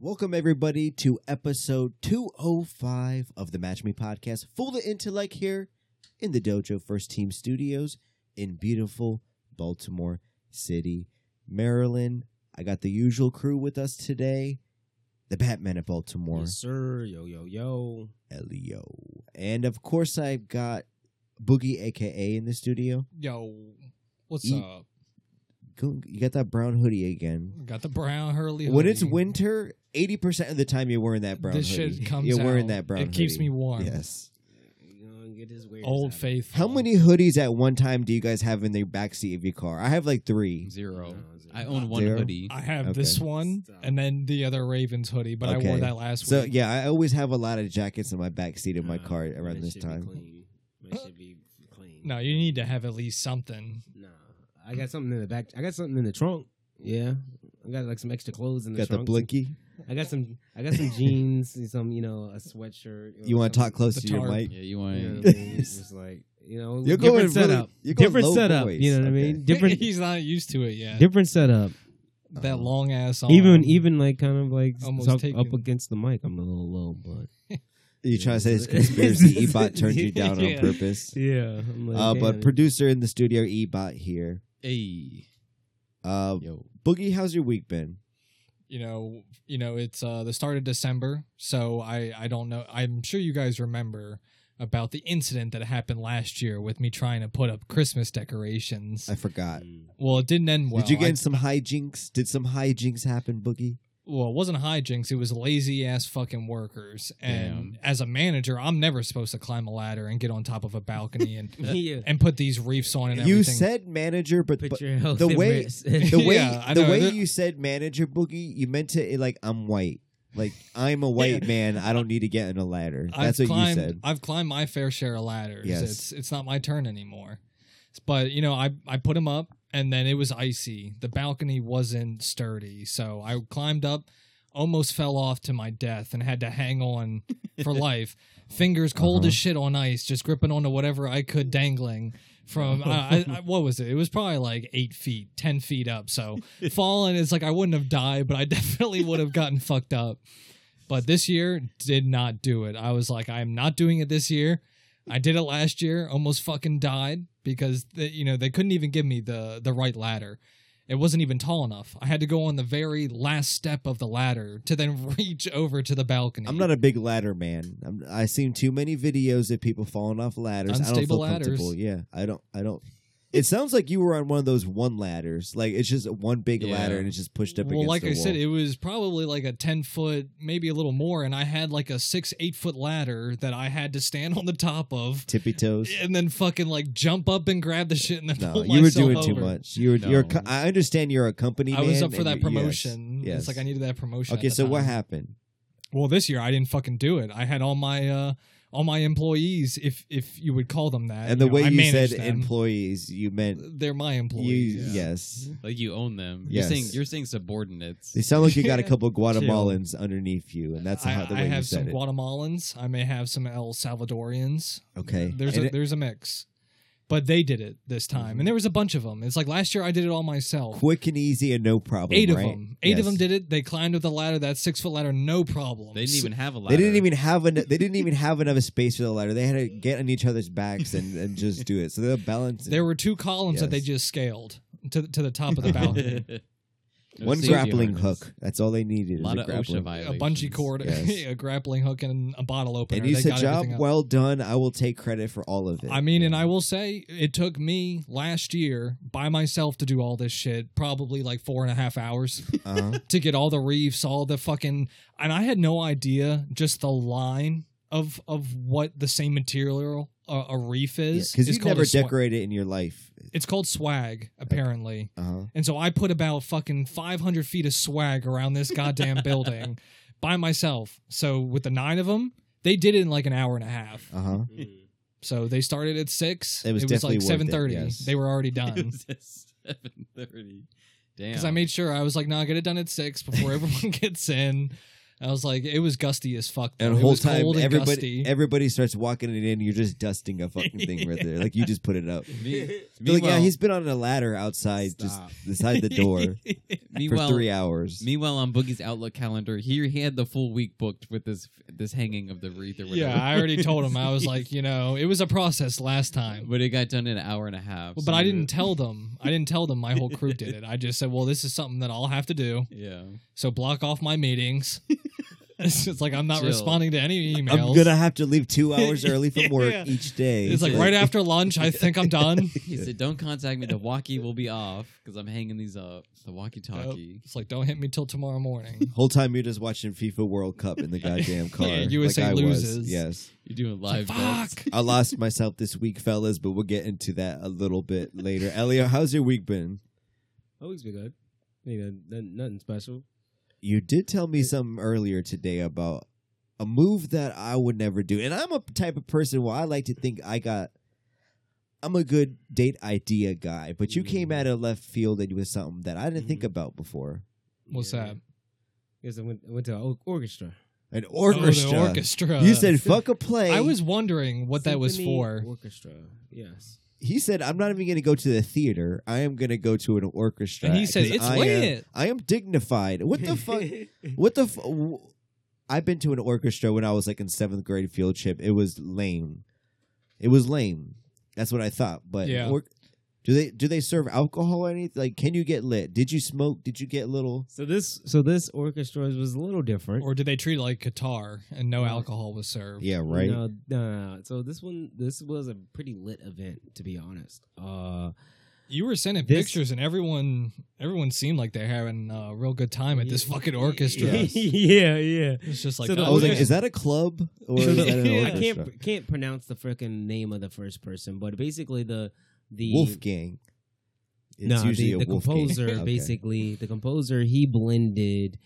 Welcome, everybody, to episode 205 of the Match Me podcast. Full the intellect here in the Dojo First Team Studios in beautiful Baltimore City, Maryland. I got the usual crew with us today the Batman of Baltimore, Yes, sir. Yo, yo, yo. Elio. And of course, I've got Boogie, aka, in the studio. Yo, what's Eat- up? Go- You got that brown hoodie again. Got the brown Hurley. When it's hoodie. winter, 80% of the time you're wearing that brown this hoodie. shit comes you're wearing out. that brown It keeps hoodie. me warm. Yes. You know, get his weird Old side. faithful. How many hoodies at one time do you guys have in the backseat of your car? I have like three. Zero. No, zero. I own one Zero? hoodie. I have Okay. this one Stop. and then the other Ravens hoodie, but I Okay. wore that last So week. yeah, I always have a lot of jackets in my backseat of my Nah, car around mine this should be time. clean. Mine should be clean. No, you need to have at least something. Nah. I got something in the back. I got something in the trunk. Yeah. I got like some extra clothes in the Got the trunk. blinky. I got some. I got some jeans. and Some you know a sweatshirt. You want to talk close The to your tarp. mic? Yeah, you You want know what I mean? It's just like you know You're going different really- setup. you're going different low setup. voice. You know what Okay. I mean? Different. He's not used to it yet. different setup. Oh. That long ass on. Even even like kind of like Almost talk taken. up against the mic. I'm a little low, but You trying to say this Yeah. conspiracy ebot turned you down on Yeah. purpose? yeah. I'm like, Uh, but damn. producer in the studio ebot here. Hey, Uh, yo. Boogie, how's your week been? you know, you know, it's uh the start of December, so I I don't know. I'm sure you guys remember about the incident that happened last year with me trying to put up Christmas decorations. I forgot. well, it didn't end well. Did you get I in some hijinks? Did some hijinks happen, Boogie? well, it wasn't hijinks. It was lazy ass fucking workers. And as a manager, I'm never supposed to climb a ladder and get on top of a balcony and Mm. yeah. and put these reefs on and You everything. said manager, but, Put but your health the at way- risk. the way Yeah, I the know. way They're- you said manager boogie, you meant it like I'm white. Like I'm a white Yeah. man. I don't need to get in a ladder. That's I've what climbed, you said. I've climbed my fair share of ladders. Yes. It's it's not my turn anymore. But you know, I I put them up, and then it was icy. The balcony wasn't sturdy, so I climbed up, almost fell off to my death, and had to hang on for life. Fingers cold Uh-huh. as shit on ice, just gripping onto whatever I could, dangling from uh, I, I, I, what was it? It was probably like eight feet, ten feet up. So falling, it's like I wouldn't have died, but I definitely would have gotten fucked up. But this year did not do it. I was like, I am not doing it this year. I did it last year, almost fucking died because they, you know they couldn't even give me the the right ladder. It wasn't even tall enough. I had to go on the very last step of the ladder to then reach over to the balcony. I'm not a big ladder man. I'm, I've seen too many videos of people falling off ladders. I don't feel Unstable comfortable. ladders. Yeah, I don't. I don't. It sounds like you were on one of those one ladders. Like it's just one big Yeah. ladder and it's just pushed up well, against like the I said, wall. it was probably like a ten foot, maybe a little more, and I had like a six, eight foot ladder that I had to stand on the top of, tippy toes. and then fucking like jump up and grab the shit and then No, pull you were myself doing too over. much. You were. You're. a No. co- I understand you're a company. I was man up for and that you- yes, promotion. Yes. It's like I needed that promotion. at Okay, the so what time. happened? Well, this year I didn't fucking do it. I had all my uh all my employees, if if you would call them that. And the know, way I you said managed them. employees, you meant they're my you. employees. yeah. Yes. Like you own them. Yes. You're saying you're saying subordinates. They sound like you got a couple Guatemalans underneath you, and that's I, how the I way you have some said it. Guatemalans. I may have some El Salvadorians. okay, There's And a it- Mm-hmm. there's a mix, but they did it this time, and there was a bunch of them. It's like last year I did it all myself. quick and easy and no problem. Eight right? of them. Eight Yes. of them did it. They climbed up the ladder, that six foot ladder, no problem. They didn't So- even have a They ladder. didn't even have an, They didn't even have enough space for the ladder. They had to get on each other's backs and, and just do it. So they're balancing. There were two columns that they Yes. just scaled to to the top of the balcony. No one safety grappling harness. hook. That's all they needed. A was lot of OSHA grappling. a violations. bungee cord, Yes. a grappling hook, and a bottle opener. And you They said, got "Job everything up. well done." I will take credit for all of it. I mean, and I will say it took me last year by myself to do all this shit, probably like four and a half hours uh-huh. to get all the reefs, all the fucking, and I had no idea just the line of of what the same material a, a reef is. because It's you called a never swa- decorated in your life. It's called swag, apparently. Uh-huh. And so I put about fucking 500 feet of swag around this goddamn building by myself. So with the nine of them, they did it in like an hour and a half. Uh huh. Mm. So they started at six. It was like definitely worth it, 7:30. yes. They were already It done. was at seven thirty. Damn. Because I made sure I was like, no, nah, get it done at six before everyone gets in. I was like, it was gusty as fuck. though. And It the whole was time, cold and everybody gusty. everybody starts walking it in. You're just dusting a fucking thing right there. Like you just put it up. Me, They're like, yeah, meanwhile- he's been on a ladder outside, Stop. just beside the door for meanwhile, three hours. meanwhile on Boogie's Outlook calendar, he, he had the full week booked with this this hanging of the wreath or whatever. yeah, I already told him. I was like, you know, it was a process last time. but it got done in an hour and a half. Well, so but I didn't it- tell them. I didn't tell them my whole crew did it. I just said, well, this is something that I'll have to do. Yeah, So block off my meetings. it's just like I'm not Chill. responding to any emails. I'm gonna have to leave two hours early from work Yeah. each day. it's like right after lunch, I think I'm done. he said, "Don't contact me. The walkie will be off because I'm hanging these up. The walkie-talkie." It's like don't hit me till tomorrow morning. Whole time you're just watching FIFA World Cup in the goddamn car. Yeah, USA like I Was. loses. Yes, You're doing live It's like, bets. fuck. I lost myself this week, fellas, but we'll get into that a little bit later. Elio, how's your week been? Oh, it's been good. You know, nothing, nothing special. You did tell me something earlier today about a move that I would never do. And I'm a type of person where I like to think I got I'm a good date idea guy, but you came Mm. Mhm. out of left field and with something that I didn't think Mhm. Mm-hmm. about before. What's that? Yes, I went, I went to an or- orchestra. An Oh, the orchestra. orchestra. You said fuck a play. I was wondering what that was Symphony for. Orchestra. Yes. He said I'm not even going to go to the theater. I am going to go to an orchestra. And he said, 'cause "It's I uh, Am, lit." I am dignified. What the fuck? What the? F- I've been to an orchestra when I was like in seventh grade field trip. It was lame. It was lame. That's what I thought. But Yeah. or- do they do they serve alcohol or anything? Like, can you get lit? Did you smoke? Did you get little? so this, so this orchestra was a little different. Or did they treat it like Qatar and no alcohol was served? Yeah, right. No, no, no, no. So this one, this was a pretty lit event, to be honest. Uh, You were sending This- pictures and everyone everyone seemed like they're having a real good time at this fucking orchestra. Yes. yeah, yeah. It's just like So the I oh, was man. like, is that a club or So is the- that an I orchestra? can't can't pronounce the freaking name of the first person, but basically the the Wolfgang. It's no, usually the, a the Wolfgang. composer Okay. basically the composer he blended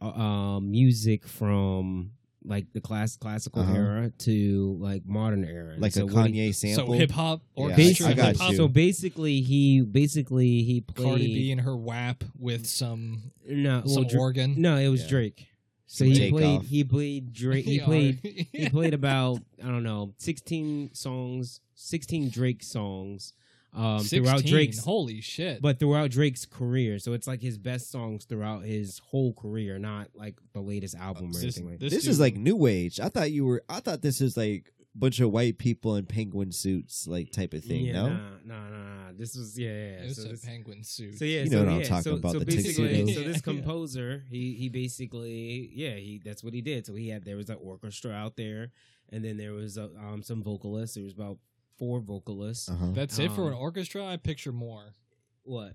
uh, um, music from like the class classical Uh-huh. era to like modern era, like so a what he- Kanye sample. so hip hop Yeah, orchestra. I Basically, got hip-hop, you. so basically, he basically he Cardi B played and her WAP with some no, well, some Dra- organ. no, it was Yeah. Drake. So Some he Takeoff. played he played Drake he They played are. he played about I don't know sixteen songs, sixteen Drake songs um, throughout 16. Drake's Holy shit! but throughout Drake's career. So it's like his best songs throughout his whole career, not like the latest album or This- anything like that. this dude- is like new age. I thought you were. I thought this is like bunch of white people in penguin suits, like type of thing. yeah, no, nah, nah, nah, nah. This was yeah, yeah. yeah. It's So a this, penguin suit. so yeah, You so, know what I'm yeah, talking so, about, So the basically, tuxedos. so this Yeah. composer, he he basically, yeah, he that's what he did. So he had there was an orchestra out there, and then there was uh um some vocalists. There was about four vocalists. Uh-huh. That's it for an Um, orchestra. I picture more. What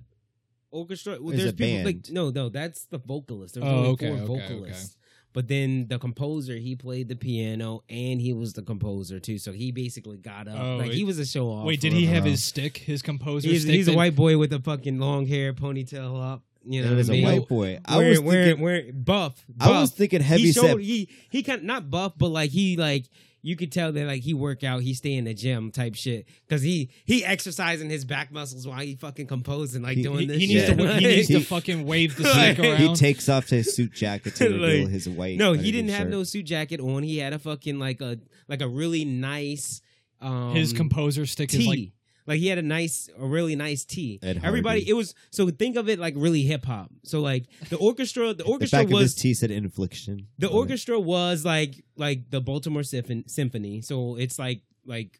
orchestra? Well, There's there's a people band. like no, no, that's the vocalist. There's Oh, only okay, four okay, okay. vocalists. But then the composer, he played the piano and he was the composer too. So he basically got up. Oh, like he it- was a show off. Wait, did for he a have while. his stick? His composer He's, stick? he's a that- white boy with a fucking long hair, ponytail up. You know, it was what I a mean? white boy. I Wearing, was wearing, thinking. wearing- buff, buff. I was thinking heavy he set. showed he he kind of not buff, but like he like you could tell that like he work out, he stay in the gym type shit because he he exercising his back muscles while he fucking composing like He- doing He, this. he needs shit. to. He needs to He- fucking wave the Like, stick He, around. he takes off his suit jacket to reveal Like, his white. no, he underneath didn't have shirt. no suit jacket on. He had a fucking like a like a really nice um his composer stick tee. is like Like, he had a nice, a really nice tee. Ed Hardy. Everybody, it was so think of it like really hip hop. So like the orchestra, the The orchestra back of his was tee said infliction. the Mm-hmm. on it. orchestra was like like the Baltimore Symph- Symphony. So it's like like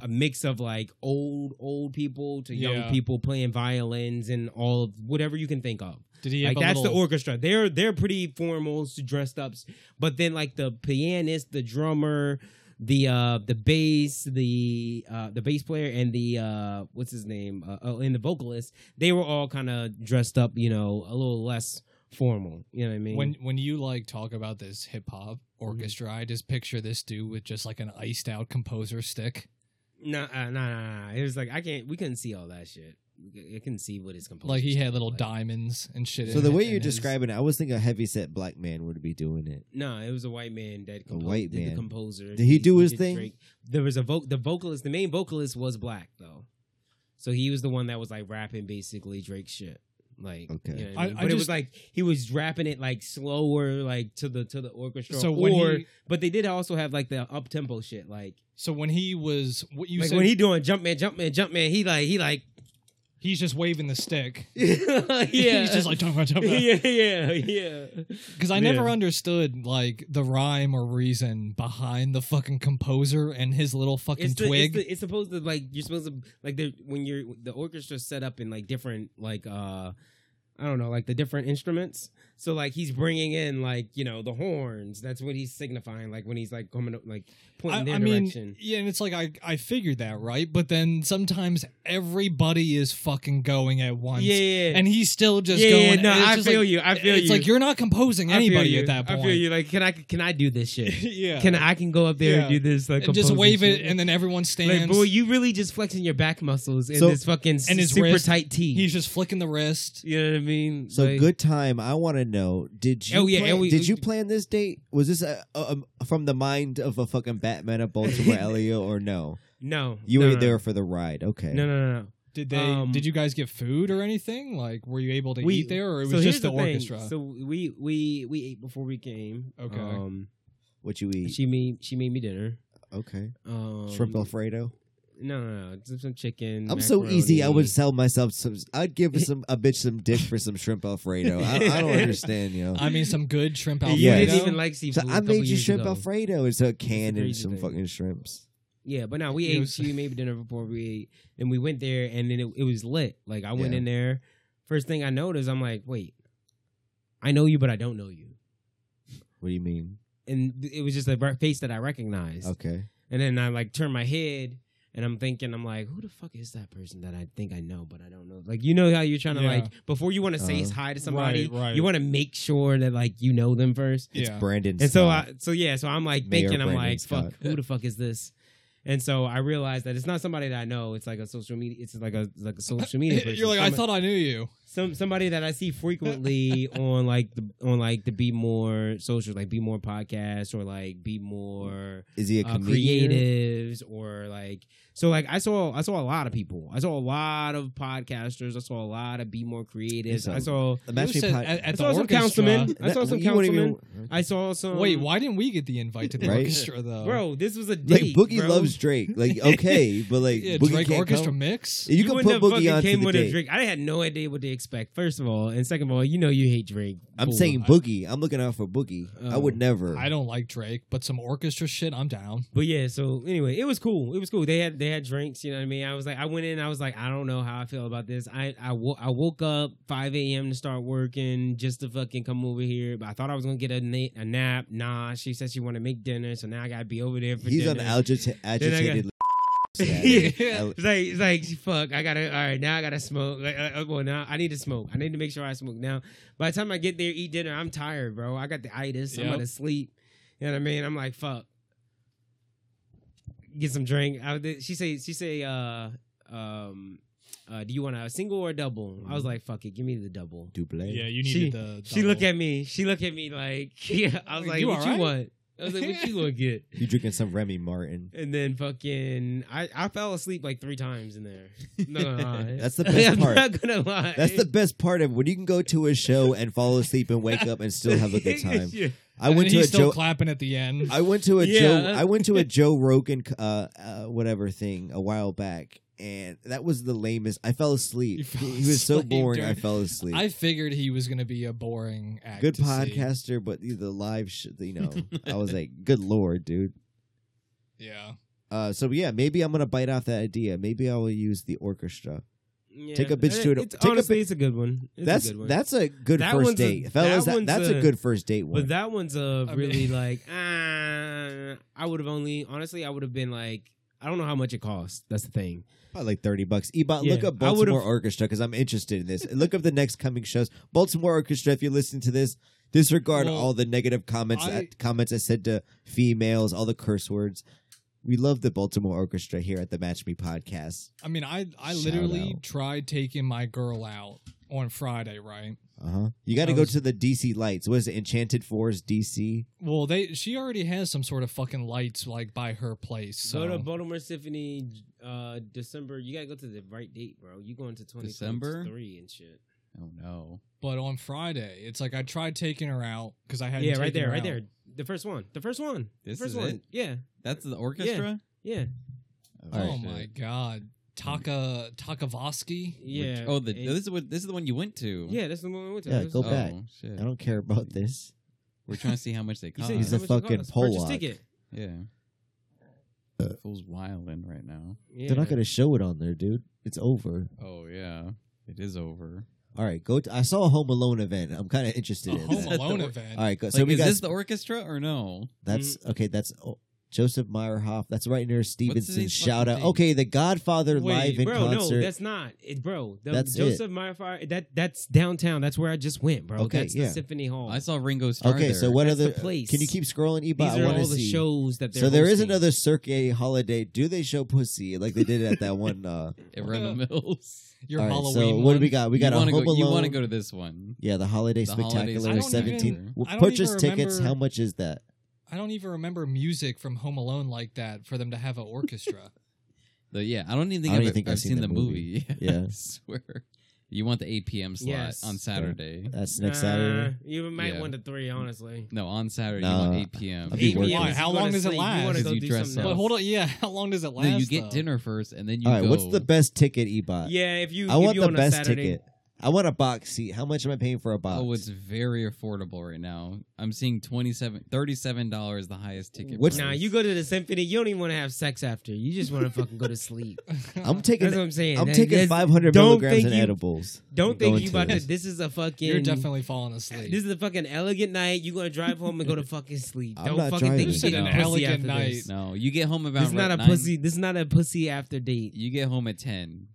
a mix of like old old people to young Yeah. people playing violins and all of whatever you can think of. Did he like have a that's the little- orchestra. They're they're pretty formal, dressed up. But then like the pianist, the drummer, the uh the bass, the uh the bass player and the uh what's his name? Uh, oh, and the vocalist, they were all kind of dressed up, you know, a little less formal, you know what I mean? When when you like talk about this hip hop orchestra, I just picture this dude with just like an iced out composer stick. No, uh, no, no, no. It was like I can't. We couldn't see all that shit. We c- I couldn't see what his composure. Like he had little like. diamonds and shit. So in the it way and you're his- describing it, I was thinking a heavy set black man would be doing it. No, it was a white man that composed, white did man. the composer. Did he do his thing? There was a voc the vocalist. The main vocalist was black though, so he was the one that was like rapping basically Drake shit. Like, Okay. you know what I I- mean? I but it was just- like he was rapping it like slower, like to the to the orchestra. So when or, he- but they did also have like the up tempo shit, like So when he was what you like said, when he doing Jumpman, Jumpman, Jumpman, he like he like he's just waving the stick. yeah, he's just like talking about yeah, yeah, yeah. because I never understood like the rhyme or reason behind the fucking composer and his little fucking It's, the, twig. it's, the, it's supposed to like you're supposed to like the when you're the orchestra's set up in like different like uh I don't know like the different instruments. So like he's bringing in like you know the horns. That's what he's signifying. Like when he's like coming up like I, pointing their I mean, direction. yeah, and it's like I I figured that right, but then sometimes everybody is fucking going at once, Yeah, yeah, yeah. and he's still just yeah, yeah, going. no, and it's I just feel like, you. I feel it's you. like you're not composing I feel anybody you. at that point. I feel you. Like, can I can I do this shit? yeah, Can I, I can go up there and Yeah. do this? Like, and just composing wave it, shit? and then everyone like, stands. boy, you really just flexing your back muscles in So- this fucking And his super wrist. tight tee. he's just flicking the wrist. you know what I mean? So Like- good time. I want to know. Did you? Oh, yeah, plan- and we- did we- you plan this date? Was this uh um from the mind of a fucking Batman of Baltimore, Elio, or no? No, You no, were no, there for the ride. Okay. No, no, no, no. Did they? Um, did you guys get food or anything? Like, were you able to We- eat there, or it was so here's just the, thing. orchestra? So we we we ate before we came. Okay. Um, What you eat? she made she made me dinner. okay. Um, Shrimp Alfredo. No, no, no. Some, some chicken. I'm so easy. I would macaroni. sell myself some. I'd give some a bitch some dick for some shrimp Alfredo. I, I don't understand, you know. I mean, some good shrimp And alfredo. You Yeah. didn't even like seafood. So a I couple made you years shrimp ago. Alfredo. It's a can and crazy some thing. fucking shrimps. Yeah, but no, we It ate. was- She made me dinner before we ate, and we went there, and then it, it was lit. Like I went Yeah. in there. First thing I noticed, I'm like, wait, I know you, but I don't know you. What do you mean? And it was just a re- face that I recognized. Okay. And then I like turn my head and I'm thinking, I'm like, who the fuck is that person that I think I know, but I don't know? Like, you know how you're trying to, Yeah. like, before you want to say Uh-huh. hi to somebody, Right, right. you want to make sure that, like, you know them first. Yeah. Brandon. uh, And so, Scott. I, so yeah, so I'm like Mayor thinking, I'm Brandon like, Scott. fuck, who the fuck is this? And so I realized that it's not somebody that I know. It's like a social media. It's like a like a social media. Person. You're like, I Some- thought I knew you. some somebody that I see frequently on like the on like the Be More social, like Be More podcast or like Be More is he a uh, comedian? creatives or like so like I saw I saw a lot of people. I saw a lot of podcasters. I saw a lot of be more creatives. Some- I saw The Match You Me said Pod- at, at I the saw some orchestra. councilmen. I That- saw some you wouldn't even- councilmen. I saw some. Wait, why didn't we get the invite to the Uh, Right? orchestra though? bro? This was a date. Like Boogie bro. loves Drake. Like okay, but like yeah, Boogie Drake can't orchestra come. mix. You, can wouldn't put have Boogie fucking on to came the with date. a drink. I had no idea what to expect. First of all, and second of all, you know you hate drink. I'm Cool. saying Boogie. I'm looking out for Boogie. I Oh. would never. I don't like Drake, but some orchestra shit, I'm down. But yeah, so anyway, it was cool. It was cool. They had they had drinks. You know what I mean? I was like, I went in. I was like, I don't know how I feel about this. I I, wo- I woke up 5 a.m. to start working just to fucking come over here. But I thought I was gonna get a, na- a nap. Nah, she said she wanted to make dinner, so now I gotta be over there for He's on dinner. agita- agitated. status. yeah. It's like it's like fuck. I gotta all right now. I gotta smoke. Like, uh, uh, well now I need to smoke. I need to make sure I smoke now. By the time I get there, eat dinner. I'm tired, bro. I got the itis. I'm Yep. gonna sleep. You know what I mean? I'm like fuck. Get some drink. I, was- she say she say uh um uh do you want a single or a double? I was like fuck it. Give me the double. Duble. Yeah, you She- needed the. She double. looked at me. She looked at me like yeah. I was You like what alright? you want? I was like what you gonna get? You drinking some Remy Martin? And then fucking, I, I fell asleep like three times in there. No, That's the best I'm part. not gonna lie. That's the best part of when you can go to a show and fall asleep and wake up and still have a good time. I And went to a he's still Joe. clapping at the end. I went to a Yeah. Joe. I went to a Joe Rogan uh, uh, whatever thing a while back, and that was the lamest. I fell asleep. You fell he was so asleep boring. I during- fell asleep. I figured he was going to be a boring act. good to see. podcaster, but the the live, sh- you know, I was like, good lord, dude. Yeah. Uh, so yeah, maybe I'm gonna bite off that idea. Maybe I will use the orchestra. Yeah. Take a bitch to an- It's, take a honestly, it's a good one. It's that's a good one. that's a good That first one's a- date, fellas. that That one's that's a, a- good first date one. but that one's a I mean- really like. Uh, I would have only honestly, I would have been like, I don't know how much it costs. That's the thing. Probably like thirty bucks. Ebot, Yeah, look up I would've- Baltimore Orchestra because I'm interested in this. look up the next coming shows. Baltimore Orchestra. If you listen to this, disregard Well, all the negative comments. I- that, comments I said to females, all the curse words. We love the Baltimore Orchestra here at the Match Me podcast. I mean, I I Shout literally out. tried taking my girl out on Friday, right? Uh huh. You got to I go was- to the DC lights. What is it? Enchanted Forest DC. Well, they she already has some sort of fucking lights like by her place. So Go to Baltimore Symphony, uh, December. You gotta go to the right date, bro. You going to twenty December? three and shit. Oh no. But on Friday, it's like I tried taking her out because I had yeah, right there, right there. The first one. The first one. This the first is one. it? Yeah. That's the orchestra? Yeah. Oh Alright. my god, Taka Takavoski. Yeah. Oh, the, It- this is what this is the one you went to. Yeah, that's the one we went to. Yeah, It was- go oh, back. Shit. I don't care about this. We're trying to see how much they You cost. said He's how a much it fucking cost. Purchase Polak. ticket. yeah. Uh, Fool's wildin' right now. Yeah. They're not gonna show it on there, dude. It's over. Oh yeah. It is over. All right, go. To, I saw a Home Alone event. I'm kind of interested A in Home that. Alone All event. All right, go, Like, so we is got this the orchestra or no? that's okay. That's oh, Joseph Meyerhoff. That's right near Stevenson. fucking Shout out. thing? Okay, The Godfather Wait, live in bro, concert. no, that's not it, bro. The, That's it. Joseph Meyerfire. That that's downtown. That's where I just went, bro. Okay, that's yeah. the Symphony Hall. I saw Ringo Starr. Oh. okay, there. so what That's other? the place. Can you keep scrolling? Eba, These I are want all to the see. shows that they're. so there is hosting. another Cirque holiday. Do they show pussy like they did at that one? Uh, At Random Mills. Your all right, Halloween. so what do one. we got? We got you a wanna Home go, Alone. You want to go to this one? Yeah, the holiday The spectacular Holiday Spectacular. I don't even- seventeen. I don't Purchase even tickets. remember- How much is that? I don't even remember music from Home Alone like that for them to have an orchestra. The, yeah, I don't even think I don't I've, even think I've seen, the movie. Yeah. I swear. You want the 8 p.m. slot Yes. on Saturday? That's next Saturday. Nah, You might Yeah. want the three, honestly. No, on Saturday Nah, you want 8 p.m. I'll be Eight working. p.m. Why? is How you long wanna does it sleep, last? You want to Because go you do dress something up. But else. hold on, yeah. How long does it last? no, you get though? dinner first, and then you All right, go. what's the best ticket, Ebot? Yeah, if you. Uh, I if want you the on a best Saturday- ticket. I want a box seat. How much am I paying for a box? Oh, it's very affordable right now. I'm seeing 27 $37 the highest ticket. What's- Nah, price. you go to the symphony. You don't even want to have sex after. You just want to fucking go to sleep. I'm taking. That's what I'm saying. I'm That- taking that's- 500 don't milligrams think in you- edibles. I'm Don't think going you about to. to. This is a fucking. You're definitely falling asleep. This is a fucking elegant night. You gonna drive home and go to fucking sleep. I'm Don't not fucking driving. think You you said get an a pussy elegant after night. this. No, you get home about. This is not a nine- pussy. This is not a pussy after date. You get home at 10.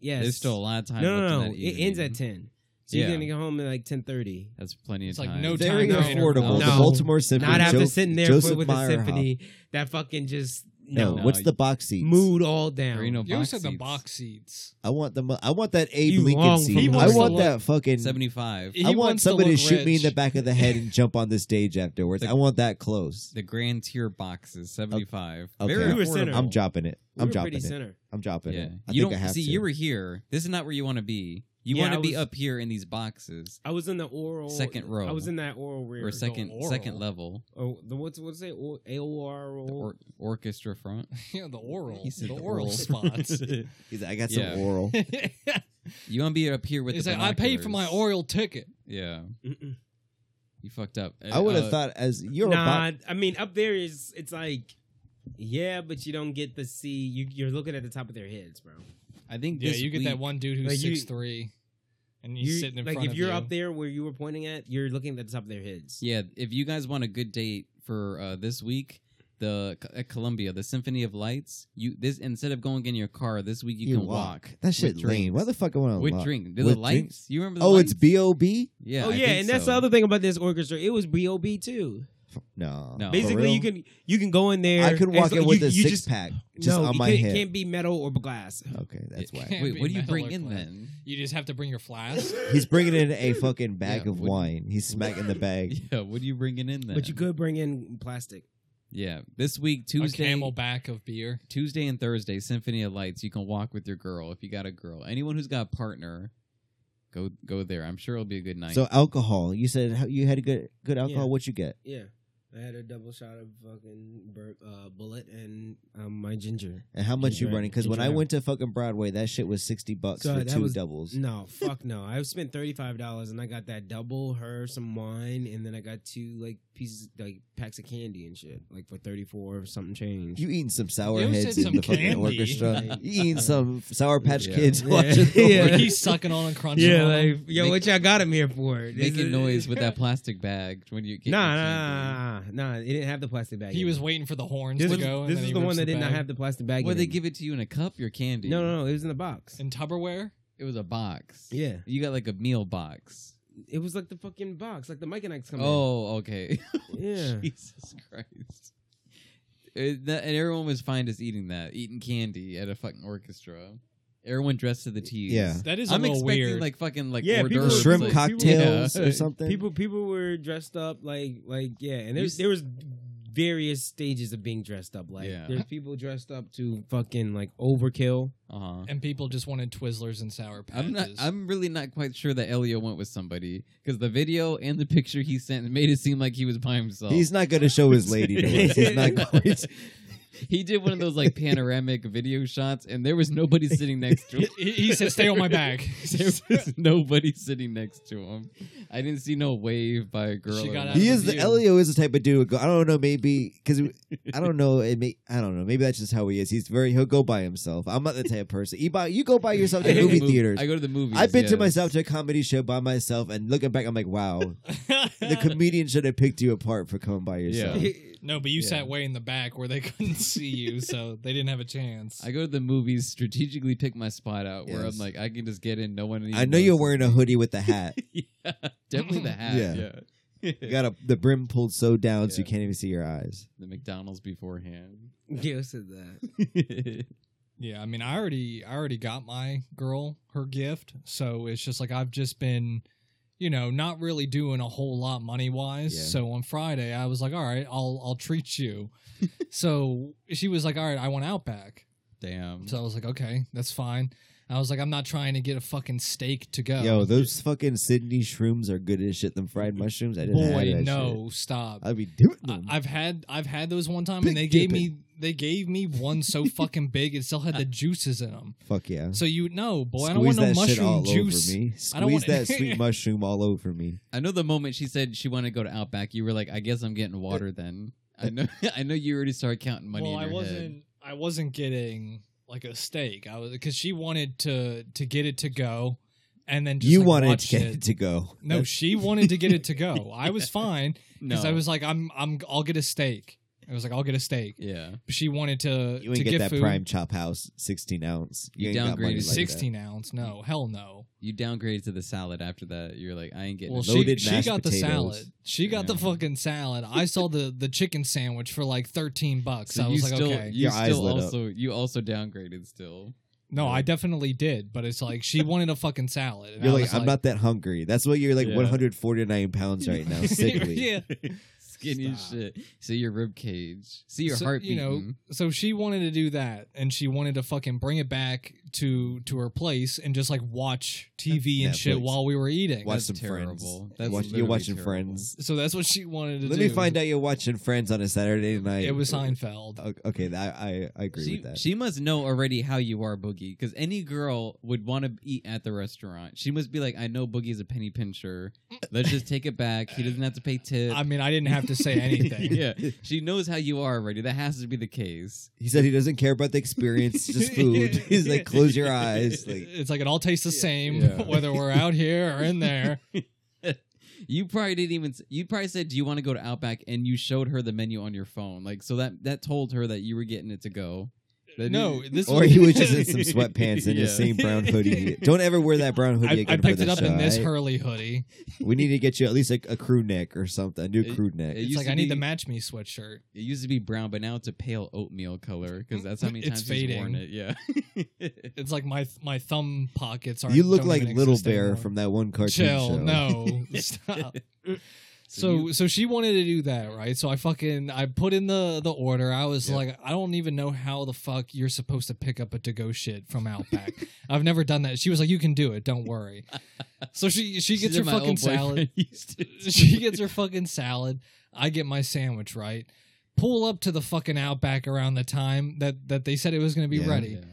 Yes. There's still a lot of time. no, left no, in no. that It ends evening. at ten. So Yeah. you're gonna get home at like ten thirty. That's plenty It's of like time. no Very Time affordable. No. The Baltimore Symphony. Not after Jo- sitting there Joseph with Meyerhoff. the symphony that fucking just No, no, No, what's you- the box seat? mood all down. There ain't no You box said the seats. box seats. I want the. mo- I want that Abe You Lincoln long seat. for I the want box. that fucking. 75. He I want wants to somebody to, look shoot me in rich. the back of the head and jump on the stage afterwards. The- I want that close. The grand tier box is 75. Okay. Very We were affordable. center. I'm dropping it. We I'm were dropping pretty it. center. I'm dropping Yeah. it. I you think don't I have see to. you were here. This is not where you want to be. You Yeah, want I to be was- up here in these boxes I was in the oral Second row. I was in that oral rear. or second oral. second level Oh, the what's what's it? Or- AOR. the or, orchestra front. Yeah, the oral. He said the the oral oral. spots. He's like, I got Yeah. some oral. You want to be up here with He's the like, I paid for my binoculars." oral ticket. Yeah. Mm-mm. You fucked up. I would have Uh, thought as you're a box. nah, I mean up there is it's like yeah, but you don't get to see you. You're looking at the top of their heads, bro. I think Yeah, this you get that week- one dude who's Like, you- six three, and he's You- sitting in like front if of you're you. up there where you were pointing at, you're looking at the top of their heads. Yeah, if you guys want a good date for uh, this week, the at Columbia, the Symphony of Lights. You this instead of going in your car this week, you, can walk. That shit with lame. Why the drinks. fuck I want to with walk? drink? Do With the lights? drinks? You remember? The Oh, it's lights? B O B. Yeah. oh I yeah, think and that's so. the other thing about this orchestra. It was Bob too. No, No. Oh, For Basically, real? you can you can go in there. I could and walk so in with you, a you six just- pack just no, on you my can't, head. Can't be metal or glass. Okay, that's It why. can't Wait, be what do you bring metal in or then? You just have to bring your flask. He's bringing in a fucking bag Yeah, of would- wine. He's smacking the bag. Yeah, what are you bringing in then? But you could bring in plastic. Yeah, this week a Tuesday, camelback of beer. Tuesday and Thursday, Symphony of Lights. You can walk with your girl if you got a girl. Anyone who's got a partner, go go there. I'm sure it'll be a good night. So alcohol. You said how- you had a good good alcohol. Yeah. What you get? Yeah, I had a double shot of fucking bur- uh, bullet and um, my ginger. And how much Ginger you ale. running? Because when I Ginger ale. went to fucking Broadway, that shit was sixty bucks So for that two was- doubles. No, fuck no. I spent thirty five dollars and I got that double, her, some wine, and then I got two like pieces, like packs of candy and shit, like for thirty four or something change. You eating some sour You heads said in some the fucking candy. orchestra? Like- you eating some sour patch Yeah. kids? Yeah. Watching the Yeah. orchestra. He's sucking on and crunching. yeah, on like them. yo, Make- what y'all got him here for? This making is- noise with that plastic bag when you get Nah, your nah, candy. nah, nah, nah. It didn't have the plastic bag. he in was it. waiting for the horns This, to was, go. and this then is he the rips one that did bag. not have the plastic bag. Well, in they it. give it to you in a cup, your candy. No, no, no. It was in the box. in Tupperware. It was a box. Yeah, You got like a meal box. it was like the fucking box, like the Mike and Ike's coming. Oh, okay. yeah. Jesus Christ. It- that- and everyone was fine just eating that, eating candy at a fucking orchestra. Everyone dressed to the tees. Yeah. That is a I'm little expecting weird. like fucking like Yeah, hors people- d'oeuvres, Shrimp like- people- cocktails Yeah. or something. People people were dressed up like like yeah, and there, You s- there was various stages of being dressed up. Like Yeah. there's people dressed up to fucking like overkill. Uh huh. and people just wanted Twizzlers and sour patches. I'm not. I'm really not quite sure that Elio went with somebody because the video and the picture he sent made it seem like he was by himself. He's not going to show his lady to us. He's not going to. he did one of those like panoramic video shots, and there was nobody sitting next to him. he, he said, "Stay on my back." There was nobody sitting next to him. I didn't see no wave by a girl. She or got nothing. He is the you. Elio is the type of dude. Who go, I don't know, maybe because I don't know. It may I don't know. Maybe that's just how he is. He's very. He'll go by himself. I'm not the type of person. You, buy, you go by yourself I to go to movie mov- theaters. I go to the movies. I've been to yes. myself to a comedy show by myself, and looking back, I'm like, wow, the comedian should have picked you apart for coming by yourself. Yeah. no, but you Yeah. sat way in the back where they couldn't see you, so they didn't have a chance. I go to the movies strategically pick my spot out where Yes. I'm like I can just get in. No one. even I know you're notices. wearing a hoodie with the hat. yeah, definitely the hat. Yeah. Yeah. You got a, the brim pulled so down so you Yeah. can't even see your eyes. the McDonald's beforehand. Gil said that. yeah, I mean, I already, I already got my girl her gift, so it's just like I've just been, you know, not really doing a whole lot money wise. Yeah. So on Friday, I was like, "All right, I'll, I'll treat you." so she was like, "All right, I want Outback." Mm. Damn. So I was like, "Okay, that's fine." I was like, "I'm not trying to get a fucking steak to go." Yo, those fucking Sydney shrooms are good as shit. Them fried mushrooms. I didn't have boy, that no, stop. shit. I'd be doing I- them. I've had I've had those one time, Big and they gave dipping. me they gave me one so fucking big it still had the juices in them. Fuck yeah. So you know, boy, I don't Squeeze want no that shit all mushroom over juice. me. I don't Squeeze want- that sweet mushroom all over me. I know the moment she said she wanted to go to Outback, you were like, I guess I'm getting water then. I know. I know you already started counting money. Well, in I your wasn't I wasn't getting like a steak. I was because she wanted to to get it to go, and then just, you like, wanted watch to get it. it to go. No, she wanted to get it to go. I was fine Head. No, because I was like, I'm I'm I'll get a steak. I was like, I'll get a steak. Yeah, She wanted to you to ain't get, that food. prime chop house, sixteen ounce. You, You ain't got money like downgraded that. 16 ounce. No, hell no. you downgraded to the salad after that. You're like, I ain't getting. Well, a- loaded she, she mashed got the potatoes. salad. She got the Yeah. fucking salad. I saw the the chicken sandwich for like thirteen bucks. So I you was like, still, okay, you Your eyes still lit up. also, you also downgraded still. no, I definitely did. But it's like she wanted a fucking salad. and You're I like, was I'm not that hungry. That's why you're like Yeah. 149 pounds right now, sickly. yeah. Skinny Stop. shit. See your rib cage. See your So, heart you beating. know, So she wanted to do that, and she wanted to fucking bring it back to to her place and just like watch TV and shit Netflix. while we were eating. Watch That's some terrible. Friends. That's Watch- you're literally watching terrible. Friends. so that's what she wanted to Let do. me find out Oh, you're watching Friends on a Saturday night. It was Seinfeld. O- Okay, th- I I, I agree She, with that. she must know already how you are, Boogie, because any girl would want to eat at the restaurant. She must be like, I know Boogie's a penny pincher. Let's just take it back. He doesn't have to pay tip. I mean, I didn't have to say anything. yeah, she knows how you are already. That has to be the case. he said he doesn't care about the experience, just food. He's like, close your eyes. Like, It's like it all tastes the same, Yeah. whether we're out here or in there. You probably didn't even. s- You probably said, "Do you want to go to Outback?" And you showed her the menu on your phone, like so that that told her that you were getting it to go. That No, this or was- he was just in some sweatpants and the Yeah. same brown hoodie. he- Don't ever wear that brown hoodie I, again I for picked the it up show. in this I- Hurley hoodie. we need to get you at least like a crew neck or something. A new It- crew neck. it- It's used like to I need be- the match me sweatshirt. It used to be brown, but now it's a pale oatmeal color because that's how many It's times he's worn it. Yeah, It's like my my thumb pockets are. you look like Little Bear from that one cartoon Chill. show. No, stop. So So so she wanted to do that, right? So I fucking I put in the the order. I was Yeah. like, I don't even know how the fuck you're supposed to pick up a to go shit from Outback. I've never done that. She was like, you can do it. Don't worry. So she she gets her my fucking old salad. boyfriend used to- she gets her fucking salad. I get my sandwich, right? Pull up to the fucking Outback around the time that, that they said it was going to be Yeah. ready. Yeah.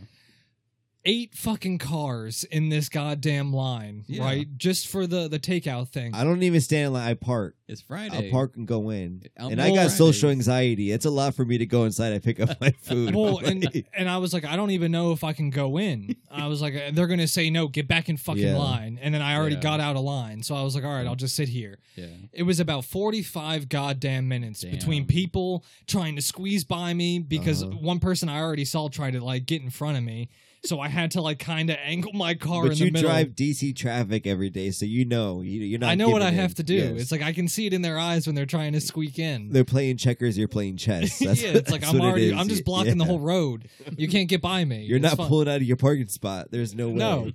Eight fucking cars in this goddamn line, Yeah. right? Just for the, the takeout thing. I don't even stand in line. I park. It's I'll Friday. park and go in. I'll and park I got Fridays. social anxiety. It's a lot for me to go inside and pick up my food. well, I'm and, like- and I was like, I don't even know if I can go in. I was like, uh, they're going to say, no, get back in fucking Yeah. line. And then I already Yeah. got out of line. So I was like, all right, I'll just sit here. Yeah. It was about 45 goddamn minutes between Damn. people trying to squeeze by me because Uh-huh. one person I already saw tried to like get in front of me. So I had to like kind of angle my car but in you the middle. drive DC traffic every day, so you know you, you're not. I know what giving I have in. to do. Yes. It's like I can see it in their eyes when they're trying to squeak in. they're playing checkers. You're playing chess. That's, yeah, it's like that's I'm what it already is. I'm Yeah. just blocking the whole road. You can't get by me. You're It's not fine. pulling out of your parking spot. There's no way. No.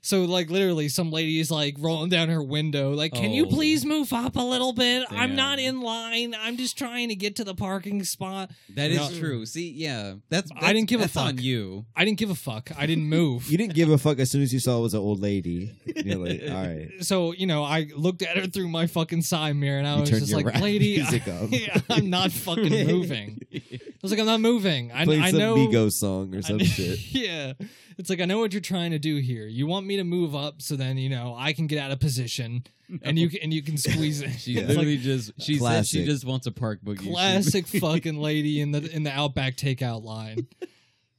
So like literally, some lady's like rolling down her window, like, "Can you Oh. please move up a little bit? I'm Damn. not in line. I'm just trying to get to the parking spot." That is No. true. See, yeah, that's, I that's- didn't give a that's on fuck. you. I didn't give a fuck. I didn't move. You didn't give a fuck as soon as you saw it was an old lady. You're like, all right. so you know, I looked at her through my fucking side mirror, and I You was turned just your like, rap "Lady, music up. I, am not fucking moving." I was like, "I'm not moving." I, Played I some know Migos song or some I- shit. yeah. It's like I know what you're trying to do here. You want me to move up so then, you know, I can get out of position and you can, and you can squeeze it. She it's literally like just she said she Classic. just wants a park boogie. She- classic fucking lady in the in the Outback takeout line.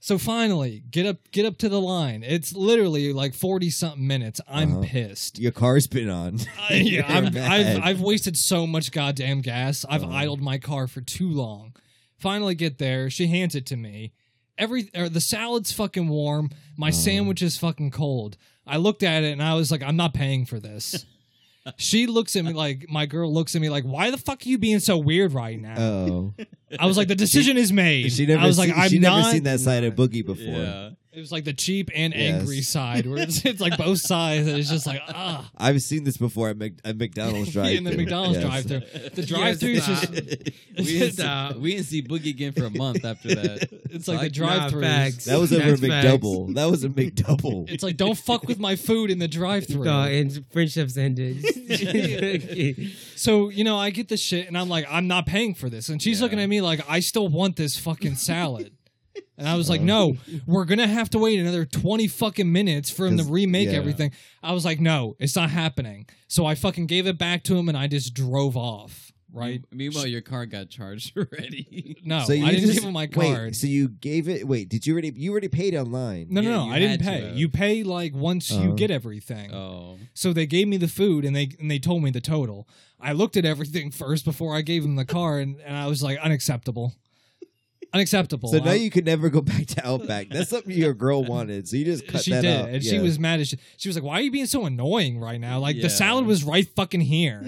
So finally, get up get up to the line. It's literally like 40 something minutes. I'm Uh-huh. pissed. Your car's been on. I, yeah, I'm, You're I've mad. I've wasted so much goddamn gas. I've Uh-huh. idled my car for too long. Finally get there. She hands it to me. Every or the salad's fucking warm. My Uh-huh. sandwich is fucking cold. I looked at it and I was like, I'm not paying for this. she looks at me like my girl looks at me like, why the fuck are you being so weird right now? Oh, I was like, the decision is made. she never. I was like, seen, I'm she not. never seen that side of Boogie before. Yeah. It was like the cheap and Yes. angry side where it's, it's like both sides and it's just like ah. I've seen this before at, Mc, at McDonald's drive. in the McDonald's drive-through. The drive-through is just we didn't see, we didn't see Boogie again for a month after that. It's like the Like, nah, drive-through. facts. That was over a That's facts. McDouble. That was a McDouble. It's like don't fuck with my food in the drive-through. No, and friendships ended. So you know, I get this shit, and I'm like, I'm not paying for this. And she's Yeah. looking at me like, I still want this fucking salad. and I was like, No, we're gonna have to wait another twenty fucking minutes for him to 'Cause- remake yeah. everything. I was like, No, it's not happening. So I fucking gave it back to him, and I just drove off. Right? Meanwhile, your car got charged already. No, so you I didn't just- give him my wait, card. so you gave it. Wait, did you already? You already paid online. no, Yeah, no, no, you I didn't had to, pay. though. You pay like once you Oh. get everything. Oh, So they gave me the food and they and they told me the total. I looked at everything first before I gave them the car and, and I was like, unacceptable. Unacceptable. So now I- you could never go back to Outback. That's something your girl wanted. So you just cut she that did. up. And she Yeah. was mad as she, she was like, Why are you being so annoying right now? Like Yeah. the salad was right fucking here.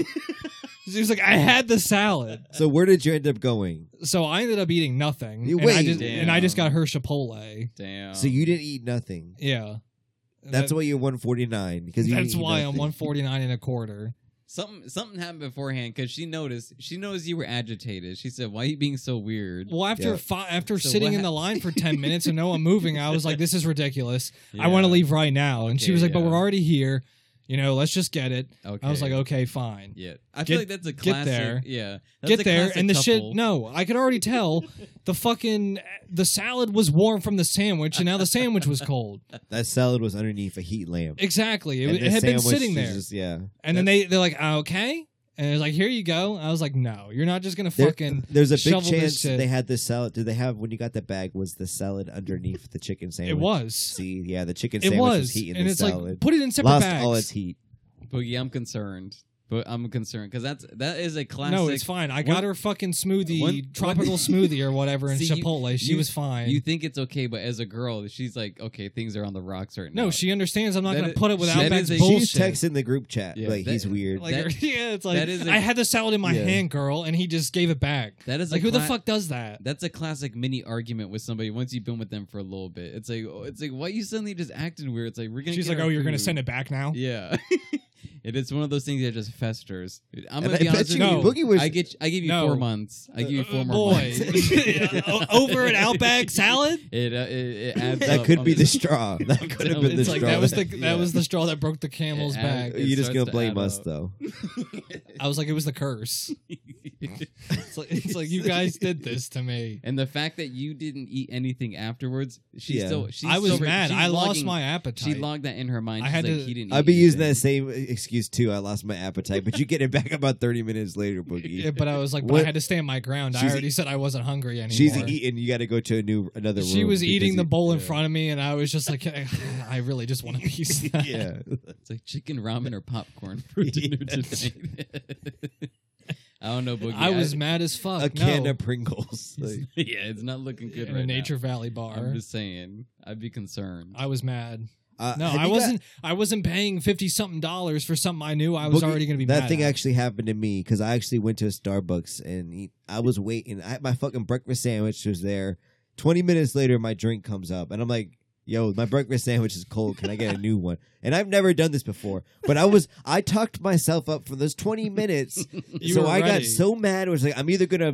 she was like, I had the salad. So where did you end up going? So I ended up eating nothing. You and, I wait. just, and I just got Damn. her Chipotle. damn. So you didn't eat nothing. Um, Yeah. That's That- why you're 149 because you that's didn't eat why I'm nothing. 149 and a quarter. something something happened beforehand because she noticed she noticed you were agitated. She said, "Why are you being so weird?" Well, after Yeah. fi- after So sitting what in the hap- line for 10 minutes and no one moving, I was like, this is ridiculous. Yeah. I want to leave right now. And she Yeah, was like, but yeah. we're already here. You know, let's just get it. Okay. I was like, okay, fine. Yeah, I Get- feel like that's a classic. there. Yeah, that's a get there. classic And the shit, couple. no, I could already tell the fucking, the salad was warm from the sandwich and now the sandwich was cold. That salad was underneath a heat lamp. Exactly. And It, the it had been sandwich sitting is there. just- yeah. and then they, they're like, "Ah, okay. And it was like, here you go. I was like, no, you're not just going to There- fucking. there's a shovel big this chance shit. they had the salad. Did they have when you got the bag? Was the salad underneath the chicken sandwich? It was. See, yeah, the chicken It sandwich was, was. heat in And the it's like, salad. put it in separate Lost bags. all its heat. Boogie, I'm concerned, but I'm concerned because that's that is a classic. No, it's fine. I One- got her fucking smoothie, one- tropical one- smoothie or whatever in See, you- Chipotle. she you- was fine. You think it's okay, but as a girl, she's like, okay, things are on the rocks right now. no, she understands. I'm not That going to is- put it with that Outback's is a- bullshit. She's texting the group chat Yeah, like that- he's weird. Like, That- yeah, it's like I that is a- had the salad in my Yeah. hand, girl, and he just gave it back. That is like a who the cla- fuck does that? That's a classic mini argument with somebody once you've been with them for a little bit. It's like oh, it's like why you suddenly just acting weird? It's like we're gonna. She's get like, our oh, you're going to food." send it back now. Yeah, it is one of those things that just festers. I'm And gonna I be bet honest with you you. No. Boogie was. I get I give you No. four months. I give you four Uh, more boy, months. O- over at Outback salad. It, uh, it, it adds that up. could I'm be the just- straw. That could have been telling the It's straw. like that was the Yeah. that was the straw that broke the camel's Yeah, back. it You're just gonna starts to blame add us up. though. I was like, it was the curse. It's like, it's like you guys did this to me. and the fact that you didn't eat anything afterwards, she Yeah. still. She's I was still- mad. she's I lost logging- my appetite. She logged that in her mind. I She's had like, to- he didn't. I'd eat be using that same anything. excuse too. I lost my appetite, but you get it back about 30 minutes later, Boogie. Yeah, but I was like, but I What- had to stand my ground. I She's e- already said I wasn't hungry anymore. She's eating. You got to go to a new another room. She was eating the because bowl in front of me, and I was just like, I really just want a piece. Of that. you- Yeah. It's like chicken ramen or popcorn for dinner tonight. I don't know, Boogie. I was mad as fuck. a can no. of Pringles. Like, yeah, it's not looking good in right a now. Nature Valley I'm bar. just saying. I'd be concerned. I was mad. uh, No, have I you got- wasn't. I wasn't paying fifty something dollars for something I knew I was Boogie, already going to be That mad thing at. actually happened to me because I actually went to a Starbucks and eat, I was waiting. I, my fucking breakfast sandwich was there. Twenty minutes later, my drink comes up, and I'm like, yo, my breakfast sandwich is cold. Can I get a new one? And I've never done this before, but I was I tucked myself up for those twenty minutes, You so were I got ready. so mad. I was like, I'm either gonna.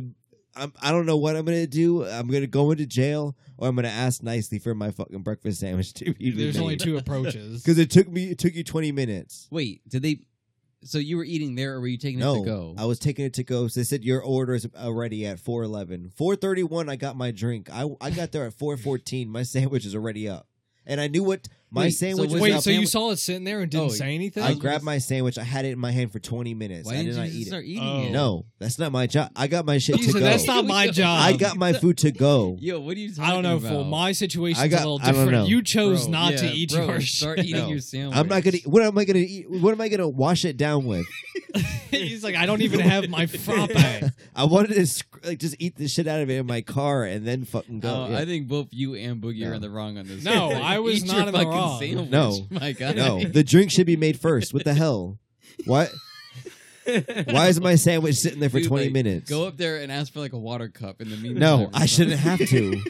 I'm, I don't know what I'm gonna do. I'm gonna go into jail, or I'm gonna ask nicely for my fucking breakfast sandwich to be There's only two approaches. because it took me. It took you 20 minutes. Wait, did they? So you were eating there, or were you taking it No, to go? I was taking it to go. So they said your order is already at 4:11. 4:31, I got my drink. I I got there at 4:14. My sandwich is already up, and I knew what my Wait, so sandwich was was. it Wait, up. so you saw it sitting there and didn't Oh, say anything? I grabbed my sandwich. I had it in my hand for 20 minutes. Why I didn't did you not just eat start it. eating Oh. it? No, that's not my job. I got my shit He to said, go. "That's not my job." I got my food to go. Yo, what are you talking I don't know, about? fool. My situation's I got- a little I don't different. know. You chose Bro, not to yeah, eat bro, your Start shit. eating No. your sandwich. I'm not gonna. What am I gonna eat? What am I gonna wash it down with? He's like, I don't even have my frappe. I wanted to sc- like just eat the shit out of it in my car and then fucking go. Oh, Yeah. I think both you and Boogie are No. in the wrong on this. No, Like, I was eat not your in the fucking wrong. Sandwich. No. my God. No, the drink should be made first. What the hell? Why? Why is my sandwich sitting there for Dude, twenty like, minutes? Go up there and ask for like a water cup in the meantime. no, or I shouldn't have to.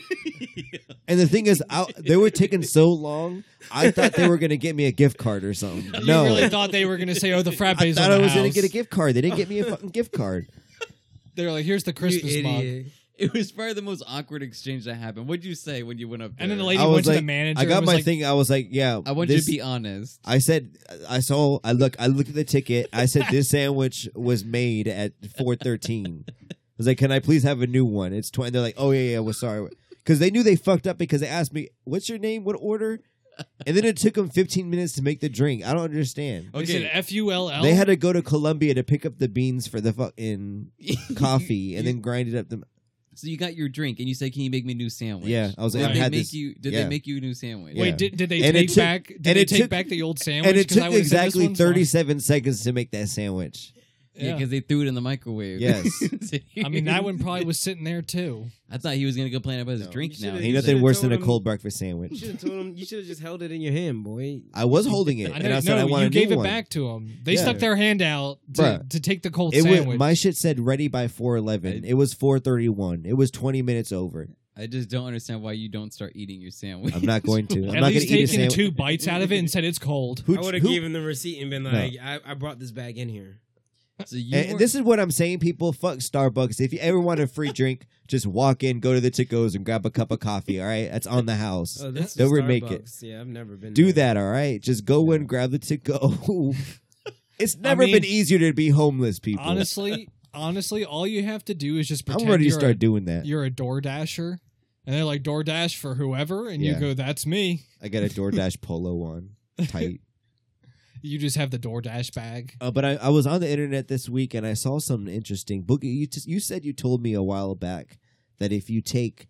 And the thing is, I, they were taking so long. I thought they were going to get me a gift card or something. You no, really thought they were going to say, oh, the frappe I is on thought the I was going going to get a gift card. They didn't get me a fucking gift card. They were like, here's the Christmas you mug. idiot. It was probably the most awkward exchange that happened. What'd you say when you went up there? And then the lady I went was to the like- manager. I got and was my like, thing. I was like, yeah. I want this, you to be honest. I said, I saw. I look. I looked at the ticket. I said, this sandwich was made at four thirteen. I was like, can I please have a new one? It's twenty. They're like, oh yeah, yeah. We're sorry, because they knew they fucked up because they asked me, what's your name? What order? And then it took them fifteen minutes to make the drink. I don't understand. Is it F U L L? They had to go to Colombia to pick up the beans for the fucking coffee, and You- then grind it up. The So you got your drink and you said, "Can you make me a new sandwich?" yeah, I was Did like, I they had make this, you? Did yeah. they make you a new sandwich? Yeah. Wait, did, did they And it take took- back? Did and they it take took- back the old sandwich? and it 'Cause took I would've said, "This exactly one's thirty-seven seconds to make that sandwich. fine." Yeah, Yeah. because they threw it in the microwave. Yes. I mean, that one probably was sitting there too. I thought he was gonna complain about his No, drink you now. should've- Ain't you nothing should've worse than a told 'em- cold breakfast You sandwich. should have told him. You should have just held it in your hand, boy. I was holding it, I and know- I said no, I want you a new gave it one. back to them. They Yeah. stuck their hand out to, Bruh. to take the cold It was, sandwich. my shit said ready by 411. I- it was 431. It was 20 minutes over. I just don't understand why you don't start eating your sandwich. I'm not going to. I'm At not going least to eat a taking sandwich. two bites out of it and said it's cold. Who- I would have who- given the receipt and been No. like, I, "I brought this back in here." So you and were- Eh, this is what I'm saying, people. Fuck Starbucks. If you ever want a free drink, just walk in, go to the Chico's, and grab a cup of coffee. All right, that's on the house. Oh, that's They'll the remake it. Starbucks. Yeah, I've never been. Do there. that. All right, just go in, grab the Chico. it's never mean- been easier to be homeless, people. honestly, honestly, all you have to do is just I'm pretend ready to you're, start doing that. a, you're a DoorDasher, and they're like DoorDash for whoever, and you Yeah. go, "That's me." I got a DoorDash polo on, tight. You just have the DoorDash bag. Uh, but I, I was on the internet this week and I saw something interesting. Boogie, you just, you said you told me a while back that if you take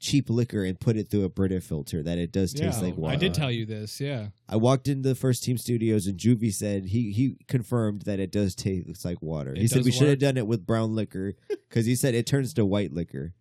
cheap liquor and put it through a Brita filter, that it does taste yeah, like water. I did tell you this. Yeah, I walked into the first team studios and Juvie said he he confirmed that it does taste like water. It he said does we should work. have done it with brown liquor because he said it turns to white liquor.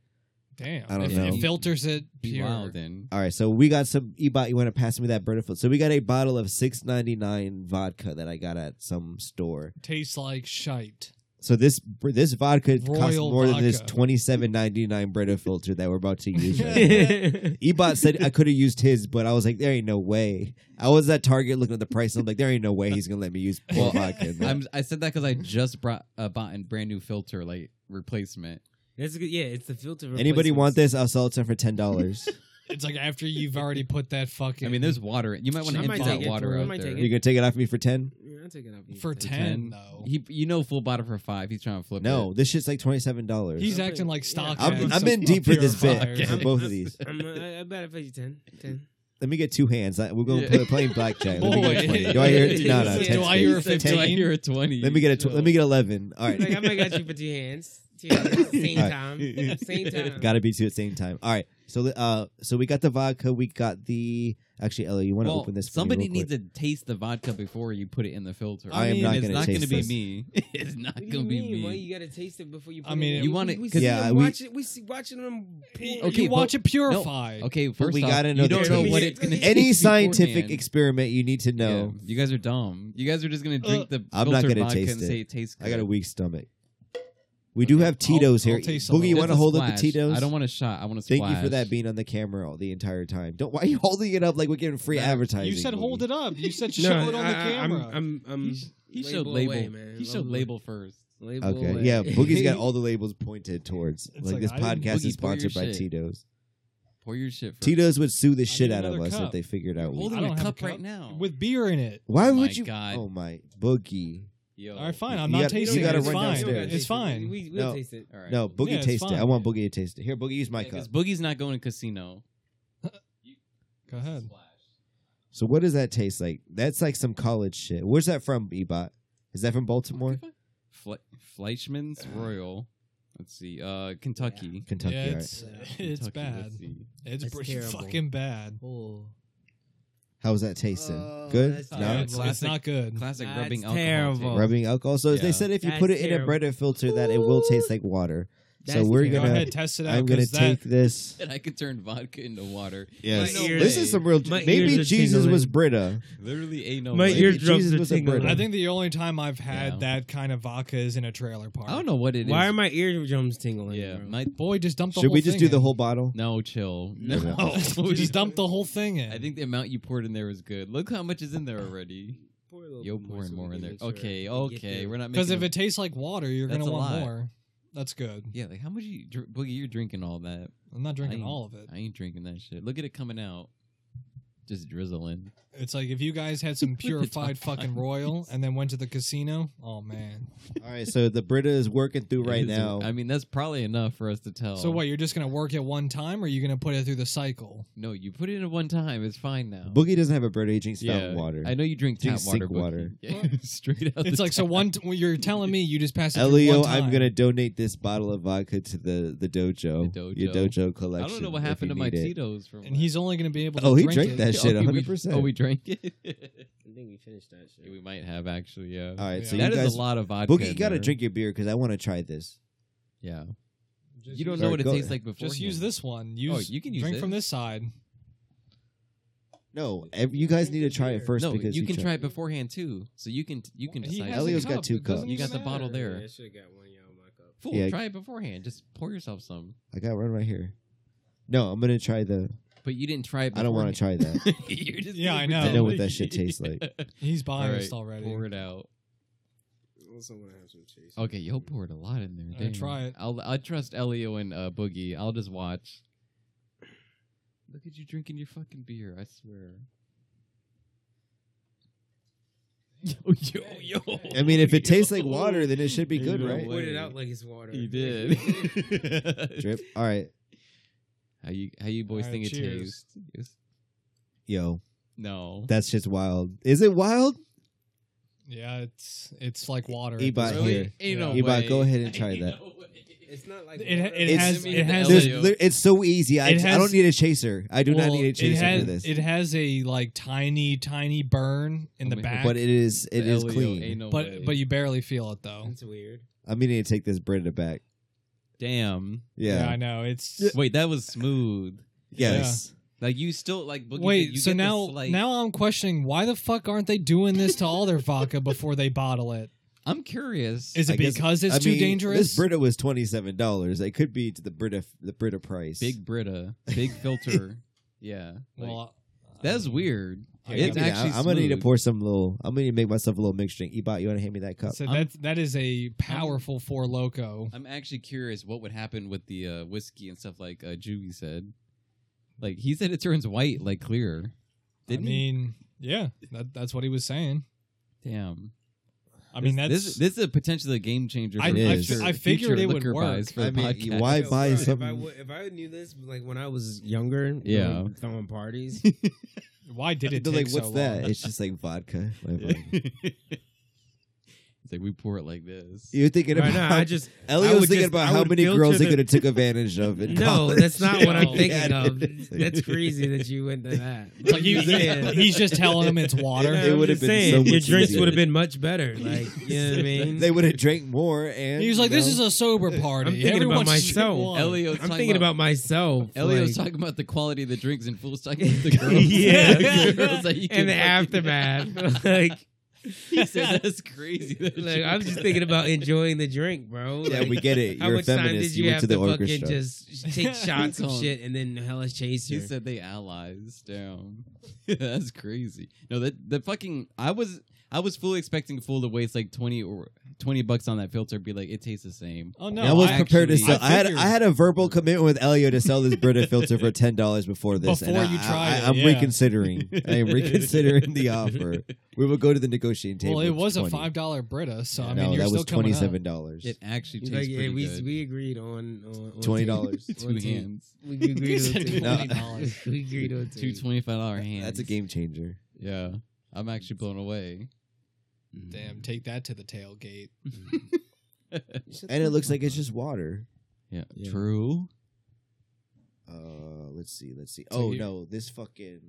damn. I don't it, know. it filters it be pure. wild then. All right, so we got some Ebot. You want to pass me that Brita filter? So we got a bottle of six ninety nine vodka that I got at some store. Tastes like shite. So this this vodka costs Royal more than this vodka. twenty seven ninety nine Brita filter that we're about to use. Right now. that. Ebot said I could have used his, but I was like, there ain't no way. I was at Target looking at the price. I'm like, there ain't no way he's gonna let me use Well, poor vodka. in there. I'm, I said that because I just brought uh, bought a brand new filter like replacement. That's good. Yeah, it's the filter. Anybody want replacements. this? I'll sell it to him for ten dollars. It's like after you've already put that fucking. I mean, there's water. You might want I to might empty take that it water for- I out might there. take You're gonna take it off me for ten? Yeah, I'll take it off you. for Take it. ten ten. though. He, you know, full bottle for five. He's trying to flip. No, it. this shit's like twenty seven dollars. He's Okay. acting like Yeah. stock. I'm- ads I'm in up deep with this bit. purifiers. For both of these. I'm, I, I bet I paid you 10. 10. Let me get two hands. I- We're gonna Yeah. play, playing blackjack. Let me get Boy. a twenty. Do I hear? No, no. Do 10 I hear a space. 15? Do I hear a twenty? Let me get a. Tw- let me get eleven. All Like, I right. might got you for two hands. Two hands. Same All right. time. Same time. Got to be two at the same time. All right. So uh, so we got the vodka. We got the actually, Ella, you want to Well, open this? for me somebody real quick? needs to taste the vodka before you put it in the filter. I am mean, not It's gonna not taste gonna be this. me. It's not What do gonna you be mean? Why me. you gotta taste it before you? Put I mean, it in? you We- want it- We, 'cause- see Yeah, him we- watch it. We see watching them. pour- Okay, you but- watch it purified. Okay, first we off, gotta know you the don't know taste. what it's gonna Any taste scientific beforehand. experiment, you need to know. Yeah, you guys are Uh, dumb. You guys are just gonna drink the I'm not filtered gonna vodka taste and it. say it tastes. Good. I got a weak stomach. We do Okay. have Tito's I'll here. taste some Boogie, of you it. want to That's a hold up the splash. Tito's? I don't want a shot. I want to Thank splash. you for that being on the camera all the entire time. Don't why are you holding it up like we're getting free Nah, advertising? You said hold it up. You said show No, it on I, the I- camera. I'm, I'm, I'm He, sh- he label showed label. away, man. He showed Label. label first. label Okay, away. yeah. Boogie's got all the labels pointed towards. It's like, like, this I didn't- podcast is Boogie, pour your sponsored by shit. Tito's. Pour your shit first. Tito's would sue the shit need out of another us if cup. they figured out. We, Hold I holding don't a have cup a right now. with beer in it. why Oh would my you? God. Oh my Boogie! Yo. All right, fine. You I'm gotta- not you tasting gotta it. It's run fine. downstairs. It's fine. We, we'll No. taste it. All right. No, Boogie Yeah, it's taste it. I fine. want Boogie to taste it. Here, Boogie, use my cup. Because Boogie's not going to casino. Go ahead. So what does that taste like? That's like some college shit. Where's that from, Ebot? Is that from Baltimore, Fle- Fleischman's Royal. Let's see. Uh, Kentucky. Kentucky? yeah, all right. it's it's Kentucky, bad. let's see. It's That's pretty terrible. fucking bad. Oh. How was that tasting? Oh, Good? that's No. Yeah, terrible. it's, it's Classic- not good. Classic That's rubbing terrible. alcohol. taste. Rubbing alcohol. So as they Yeah. said if you That's put it in a terrible. bread filter, that it will taste like water. so That's we're terrible. Go gonna. ahead, test it out. I'm gonna 'cause that, take this. And I could turn vodka into water. Yes. My ears- This is some real. my ears Maybe are Jesus tingling. was Brita. Literally ain't no. My way. ears- eardrums Jesus are was a tingling. Brita. I think the only time I've had Yeah. that kind of vodka is in a trailer park. I don't know what it is. Why are my eardrums tingling? Yeah. bro? My, Boy, just dump the Should whole we just do thing the in. whole bottle? no, chill. No. No. just dump the whole thing in. I think the amount you poured in there was good. Look how much is in there already. Pour a little Yo, bit more pouring so we more can in there. make sure okay, we get okay. there. We're not making. because if a- it tastes like water, you're That's gonna a want lot. more. That's good. yeah, like how much you drink, boogie? You're drinking all that. I'm not drinking ain't- all of it. I ain't drinking that shit. Look at it coming out, just drizzling. It's like if you guys had some purified fucking royal and then went to the casino. Oh man. All right. So the Brita is working through right It is- now. I mean, that's probably enough for us to tell. So what? You're just gonna work it one time, or you gonna put it through the cycle? No, you put it in one time. It's fine now. Boogie doesn't have a Brita. He drinks yeah, fountain water. I know you drink Drink tap water. sink water. Boogie. Yeah, straight out. It's the like so tap. one. T- well, you're telling me you just pass it. through Elio, one time. I'm gonna donate this bottle of vodka to the the dojo. The dojo. Your dojo collection. I don't know what if happened you to my need it. Tito's from. And he's only gonna be able. to Oh, he drink drank it. that Oh, shit we- 100%. Oh, we drank it. Yeah, I think we finished that shit. we might have actually. Yeah. All right. So Yeah. That you is guys, a lot of vodka. Boogie, you in gotta there. drink your beer because I want to try this. Yeah. Just you don't use- know Alright, what it go- tastes like before. Just use this one. Use. Oh, you can use drink from this. this side. No, ev- you guys need to try it first No, because you he can tried- try it beforehand too. So you can you can He decide. has a Elio's got cup. two It doesn't cups. You even got the matter. bottle there. I should have got one y'all in my cup. Fool, Yeah. try it beforehand. Just pour yourself some. I got one right here. No, I'm gonna try the. But you didn't try it. I don't want to try that. to try. You're just Yeah, gonna I know. I pretend know what that shit tastes like. He's All right, biased already. Pour it out. Also, want to have some cheese. Okay, you'll pour it a lot in there. All right, Damn. try it. I'll I trust Elio and uh, Boogie. I'll just watch. Look at you drinking your fucking beer. I swear. Yo yo yo. I mean, if it tastes like water, then it should be good, No right? way. Poured it out like it's water. He did. Drip. All right, How you how you boys Alright, think it cheers. tastes? Yes. yo, No. that's just wild. Is it wild? Yeah, it's it's like water. at Ebot this here. point. Ain't no Ebot, way. go ahead and try Ain't that. no way. It's not like It, water. it It's- has it has There's, Elio. li- it's so easy. I, It I don't has- need a chaser. I do not Well, need a it chaser has, for this. It has a like tiny, tiny burn in the Oh my- back, but it is it is Elio, E ain't clean. no but way. but you barely feel it though. That's weird. I'm needing to take this bread in the back. damn. Yeah, I Yeah. know. It's Wait, that was smooth. Yes. Like you still like boogie. wait. you So get the now slight- now I'm questioning why the fuck aren't they doing this to all their vodka before they bottle it? I'm curious. Is it I guess- because it's I too mean, This dangerous? Brita was twenty seven dollars. It could be to the Brita the Brita price. big Brita, big filter. yeah. Like, well, that's weird. I Yeah, It's I'm gonna- actually I'm gonna need to smooth. pour some little. I'm gonna need to make myself a little mixed drink. Ebot, you want to hand me that cup? So I'm- that that is a powerful four loco. I'm actually curious what would happen with the uh, whiskey and stuff like uh, Juvie said. Like he said, it turns white, like clear. I Didn't mean, yeah, that, that's what he was saying. he? Damn. I mean, this, that's this, this is a potentially a game changer. For I- I- future- I figured future it would liquor work. buys For I the mean, podcast. why Yo, buy bro, something- If I, would, if I knew this, like when I was younger, Yeah. like, throwing parties. why did it They're take like, so what's long? that? It's just like vodka. My vodka. it's like we pour it like this. You're thinking Right about now, I just I Elio's would thinking just- about I how would many filter girls they the- could have took advantage of. In no, college. that's not what I'm Yeah, thinking of. it is. That's crazy that you went to that. It's like you- I'm saying. he's just telling him it's water. It I'm would've just been saying, so much your drinks easier. would have been much better. Like, you know what I mean? They would have drank more. And He was like, you "This know, is a sober party." I'm thinking about Everyone should myself. want it." Elio's I'm talking thinking about myself. Elio's like- talking about the quality of the drinks and Fool's talking about the girls. Yeah. The girls that he and can the fucking- aftermath. like, He said that's crazy. That Like, you- I was just thinking about enjoying the drink, bro. Yeah, Like, we get it. How You're a much time feminist. did You, you, went have to the fucking orchestra. just take shots and Hold on. shit and then hella chase He her? said they allies. Damn, that's crazy. No, that the fucking I was I was fully expecting Fool to waste like twenty or twenty bucks on that filter. Be like, it tastes the same. Oh no! And I was I prepared to actually- sell. I, had figured- I had a verbal commitment with Elio to sell this Brita filter for ten dollars before this. Before and you I, tried I, it, I'm yeah. reconsidering. I am reconsidering the offer. We will go to the negotiating table. well, it It's was a 20. five dollar Brita, so I Yeah. mean, no, you're that still was coming twenty up. seven dollars. It actually He's tastes like, yeah, pretty we, good. we agreed on, on, on Twenty tape. dollars. Two on tape. hands, We agreed on said tape. $20. We agreed on two tape. twenty five dollar hands. That's a game changer. Yeah, I'm actually blown away. Damn, take that to the tailgate. And it looks like it's just water. Yeah, Yeah. true. Uh, let's see, let's see. So Oh you- no, this fucking.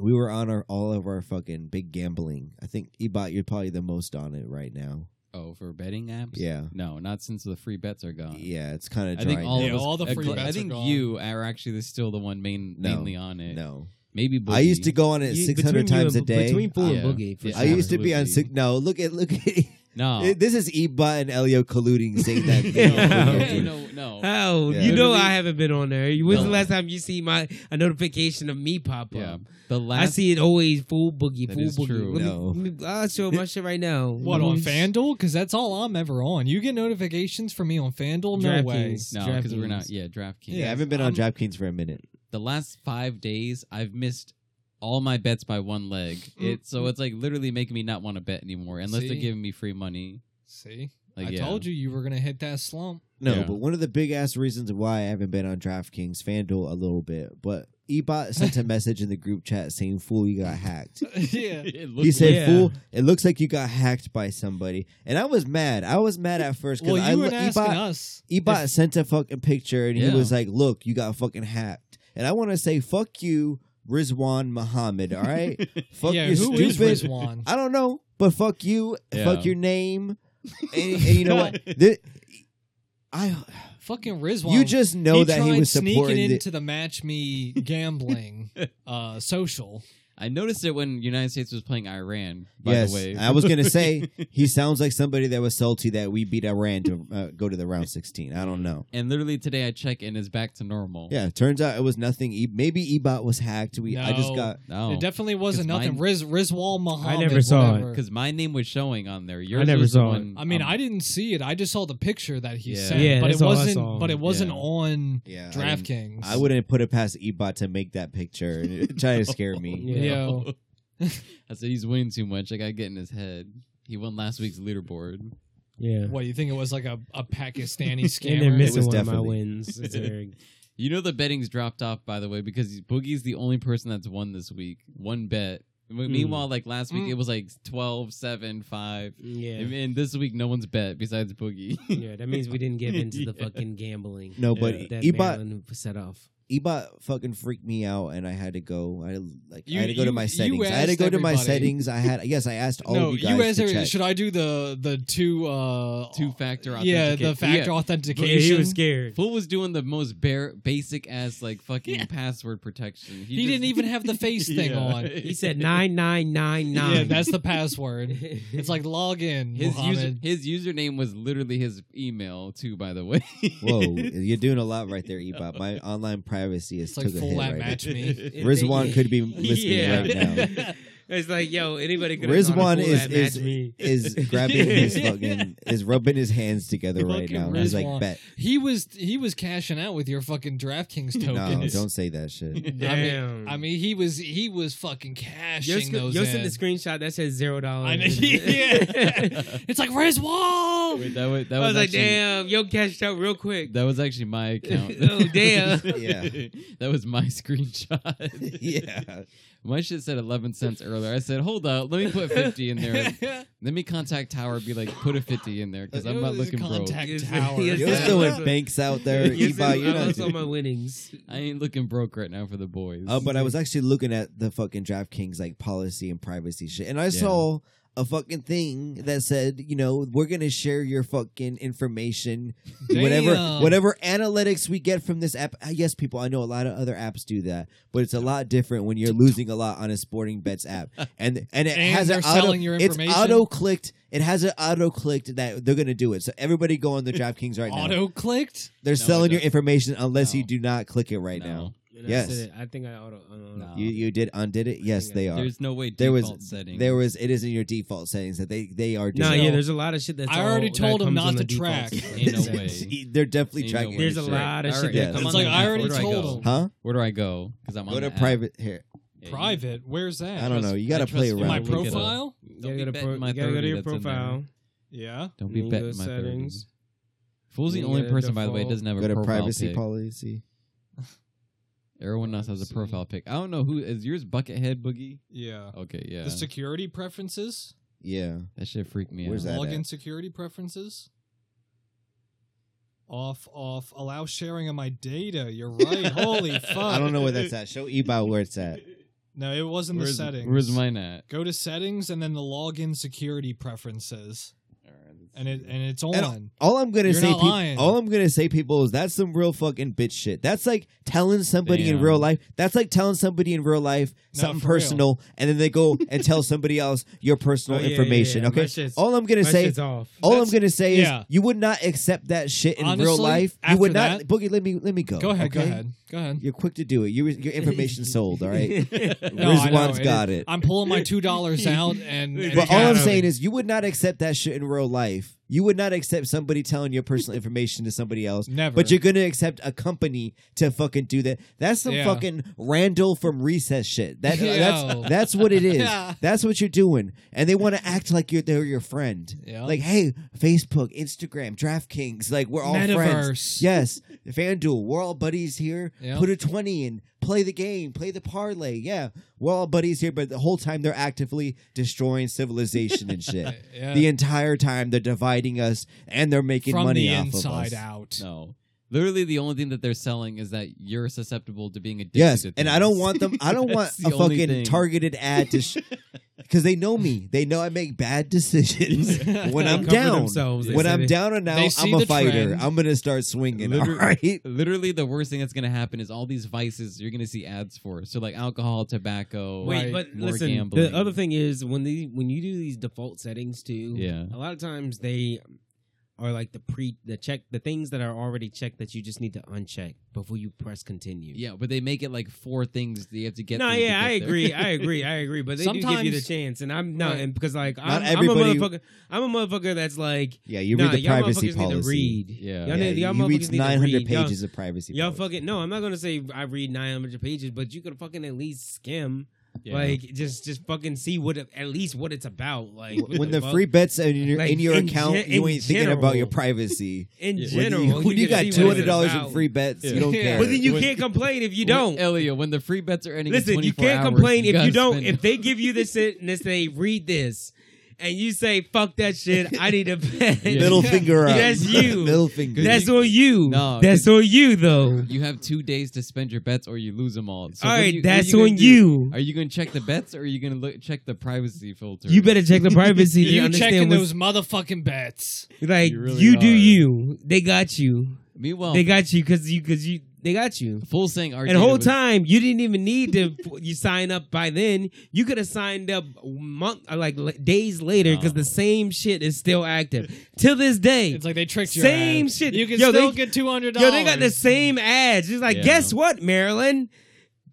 We were on our all of our fucking big gambling. I think Ebot, you're probably the most on it right now. Oh, for betting apps. Yeah, No, not since the free bets are gone. yeah, it's kind of. I think all Yeah, of us, all the I free gl- I bets are think gone. you are actually the, still the one main, No. mainly on it. No, Maybe Boogie. I used to go on it You- six between hundred you times a and- day. Between Fool Yeah. and Boogie. For Yeah. I used to be on Absolutely. six. No, look at look at. no. This is Ebot and Elio colluding saying that. Yeah. no, no, no. Oh, Yeah. you know Literally- I haven't been on there. When's the No. last time you see my a notification of me pop up? Yeah, the I last. see it always full boogie, That full is boogie. true. Let me- No. let me- I'll show my shit right now. Let What me on just- FanDuel? Because that's all I'm ever on. You get notifications from me on FanDuel? No way. DraftKings. No, because we're not. DraftKings. Yeah, DraftKings. Yeah, I haven't been on DraftKings for a minute. The last five days, I've missed all my bets by one leg. It so it's like literally making me not want to bet anymore unless they're See? giving me free money. See, Like, I yeah. told you you were gonna hit that slump. No, Yeah. but one of the big ass reasons why I haven't been on DraftKings, FanDuel a little bit, but Ebot sent a message in the group chat saying, "Fool, you got hacked." yeah. It He looks- said, Yeah. "Fool, it looks like you got hacked by somebody," and I was mad. I was mad at first Well, because you I were lo- E asking Ebot, us. Ebot sent a fucking picture, and Yeah. he was like, "Look, you got fucking hacked," and I want to say, "Fuck you, Rizwan Muhammad." All right, fuck yeah, you, who stupid. is Rizwan? I don't know, but fuck you, Yeah. fuck your name, and, and you know what? Thi- I Fucking Rizwan. you just know he that tried he was sneaking supporting the- into the Match Me gambling uh, social. I noticed it when United States was playing Iran. By Yes, the way, I was gonna say he sounds like somebody that was salty that we beat Iran to uh, go to the round sixteen. I don't know. and literally today I check and it's back to normal. Yeah, turns out it was nothing. E- Maybe Ebot was hacked. We I just No. got No. It definitely wasn't 'Cause nothing. mine- Riz Rizwan Muhammad. never saw it. whatever. because my name was showing on there. Yours never was the saw it. one- I mean, um, I didn't see it. I just saw the picture that he Yeah. sent, Yeah, but it that's all I wasn't. saw. But it wasn't Yeah. on yeah I didn't- DraftKings. I wouldn't put it past Ebot to make that picture and try to scare me. Yeah. Yo. I said he's winning too much. I got to get in his head. He won last week's leaderboard. Yeah. What do you think it was like a, a Pakistani And they're scammer? miss- was missing one of my definitely- wins. It's very- You know the betting's dropped off by the way because Boogie's the only person that's won this week. One bet. Hmm. M- Meanwhile, like last week Mm. it was like 12, 7, 5. And, yeah. and this week no one's bet besides Boogie. Yeah, that means we didn't give in to the Yeah. fucking gambling. No, but Yeah. That Ebot Maryland set off. Ebot fucking freaked me out, and I had to go. I like You- I had to go to you- my you settings. I had to asked go to my everybody. settings. I had yes, I asked all no, of you you, guys. as to a- check. should I do the the two uh, Two factor Yeah, authentication. the factor Yeah, authentication. he was scared. Fool was doing the most bare, basic ass like fucking Yeah. password protection. He, didn't even have the face thing on. He said nine nine nine nine. Yeah, that's the password. It's like log in, his user, Muhammad. his username was literally his email too. By the way, Whoa, you're doing a lot right there, Ebot. My online privacy is It's like took a full hit lab right match me. Rizwan could be listening yeah. right now. It's like, yo, anybody could Rizwan is- that is- match me. is grabbing his fucking is rubbing his hands together right Fucking now. and He's like, Rizwan. bet He was he was cashing out with your fucking DraftKings no, tokens. don't say that shit. I Damn. mean, I mean, he was he was fucking cashing Yo, sc- those. yo in. sent the screenshot that says zero I know- dollars. yeah. it's like Wait, Rizwan. that was that I was, was like, actually- damn, yo cashed out real quick. That was actually my account. Oh, damn. Yeah. that was my screenshot. yeah, my shit said eleven cents earlier. I said, hold up, let me put fifty in there. let me contact Tower. and Be like, put a fifty in there because I'm not looking broke. contact Yes, tower. yes, you're yes. still in banks out there, Yes, I Ebot. You're not lost all doing- my winnings. I ain't looking broke right now for the boys. Oh, Uh, but I was actually looking at the fucking DraftKings like policy and privacy shit, and I saw a fucking thing that said, you know, we're gonna share your fucking information, whatever Damn. whatever analytics we get from this app. Uh, Yes, people, I know a lot of other apps do that, but it's a lot different when you're losing a lot on a sporting bets app, and and it And has an they're auto, selling your it's information? auto clicked. It has an auto clicked that they're gonna do it. So everybody go on the DraftKings right now. Auto clicked. They're No, it selling your doesn't. information unless you No. do not click it right No. now. And Yes. I, said it. I think I ought to. I don't know. No. You you did undid it. Yes, Um, I- they are. There's no way There was- default setting. There was it is in your default settings that they they are No, doing. yeah, there's a lot of shit that's. I already all- told that him comes not on the to track. default. Ain't no way. They're definitely Ain't no tracking. way. your There's a shit. lot of All shit right, that It's comes on like, the I app. already Where do I told go? him. Huh? Where do I go? Because I'm on Go the to app. private here. Yeah, you- Private. Where's that? I don't know. You got to trust play you. In around. my Look it up. profile. You gotta Don't be go to betting pro- my you gotta go to 30 your that's in there. profile. Yeah. Don't be Then go betting my settings. settings. Fool's the Then only go to person, by the way, default. that doesn't have a Go to profile privacy pic. policy. Everyone else has Let's a see. profile pic. I don't know who is yours. Buckethead Boogie. Yeah. Okay, yeah, The security preferences. Yeah. that shit freaked me Where's that out. Login at? security preferences. Off, off. Allow sharing of my data. You're right. Holy fuck. I don't know where that's at. Show Ebot where it's at. No, it was in the where's, settings. Where's mine at? Go to settings and then the login security preferences, and it and it's on. And- All I'm gonna You're say, not peop- lying. all I'm gonna say, people, is that's some real fucking bitch shit. That's like telling somebody in Damn. real life. That's like telling somebody in real life No, something for real. personal, and then they go and tell somebody else your personal Oh, yeah, yeah, information. yeah. My Okay. shit's- all I'm gonna my say, shit's off. all I'm That's- gonna say yeah. is you would not accept that shit in real Honestly, life. You would after not, Boogie. Let me let me go. Go ahead. Go okay? ahead. Go ahead. You're quick to do it. Your your information sold. All right. No, Riz I know, Wan's it got it. I'm pulling my two dollars out, and, and But it's all I'm out. saying is, you would not accept that shit in real life. You would not accept somebody telling your personal information to somebody else. never. But you're gonna accept a company to fucking do that. That's some Yeah. fucking Randall from Recess shit. That Yo. that's that's what it is. Yeah. That's what you're doing, and they want to act like you're they're your friend. Yeah. Like, hey, Facebook, Instagram, DraftKings, like we're all friends. Metaverse. Yes, FanDuel, we're all buddies here. Yeah. Put a twenty in, play the game, play the parlay. Yeah, we're all buddies here, but the whole time they're actively destroying civilization and shit. Yeah. The entire time they're dividing us, and they're making from money the off of us. inside out. No, literally, the only thing that they're selling is that you're susceptible to being addicted. Yes, to and I don't things. want them. I don't want That's a the only fucking thing. targeted ad to, sh- because they know me. They know I make bad decisions when They I'm cover down. themselves, they When say I'm they- down and They out, see I'm a the fighter. trend. I'm gonna start swinging. All Literally- right. Literally, the worst thing that's gonna happen is all these vices you're gonna see ads for. So like alcohol, tobacco. Wait, Right. but More listen. gambling. The other thing is when the when you do these default settings too. Yeah. A lot of times they um, are like the pre the check the things that are already checked that you just need to uncheck before you press continue. Yeah, but they make it like four things that you have to get. No, through to yeah, get I there. agree, I agree, I agree. But they do give you the Sometimes- chance, and I'm not Right. and because like Not I'm, I'm a everybody- motherfucker. I'm a motherfucker that's like, Yeah, you nah, read the y'all privacy motherfuckers need to policy. read. Yeah. y'all, yeah, need, y'all you motherfuckers read need to 900 read. Y'all- pages of privacy. Y'all policy. fucking no, I'm not gonna say I read 900 pages, but you could fucking at least skim, Yeah. like just just fucking see what it- at least what it's about. Like what when the fuck? free bets are in your, Like, in your in account, ge- you in ain't thinking about your general. privacy. in When Yeah. you- general, when you, can got see two what hundred it's dollars in about. free bets, Yeah. you don't Yeah. care. But then you When- can't complain if you When- don't. Elio, when the free bets are ending, in Listen, you 24 can't hours, complain if you gotta don't. spend If they give you this shit and they say read this, and you say fuck that shit, I need a pen. Yeah. Middle finger up. That's you. Middle finger. That's on you. No, that's on you though. You have two days to spend your bets, or you lose them all. So All what right, do you- what are that's gonna on do? you. Are you going to check the bets, or are you going to look, check the privacy filter? You better check the privacy. to You understand checking what's- those motherfucking bets? Like You you, really do are. you. They got you. Oh. Meanwhile, They got you because you because you they got you. full saying our And the data whole was- time you didn't even need to you sign up by then. You could have signed up month uh, like l- days later because No. the same shit is still active till this day. It's like they tricked you. Same ass. shit. You can Yo, still they- get two hundred Yo, dollars. they got the same ads. It's like, Yeah. guess what, Maryland?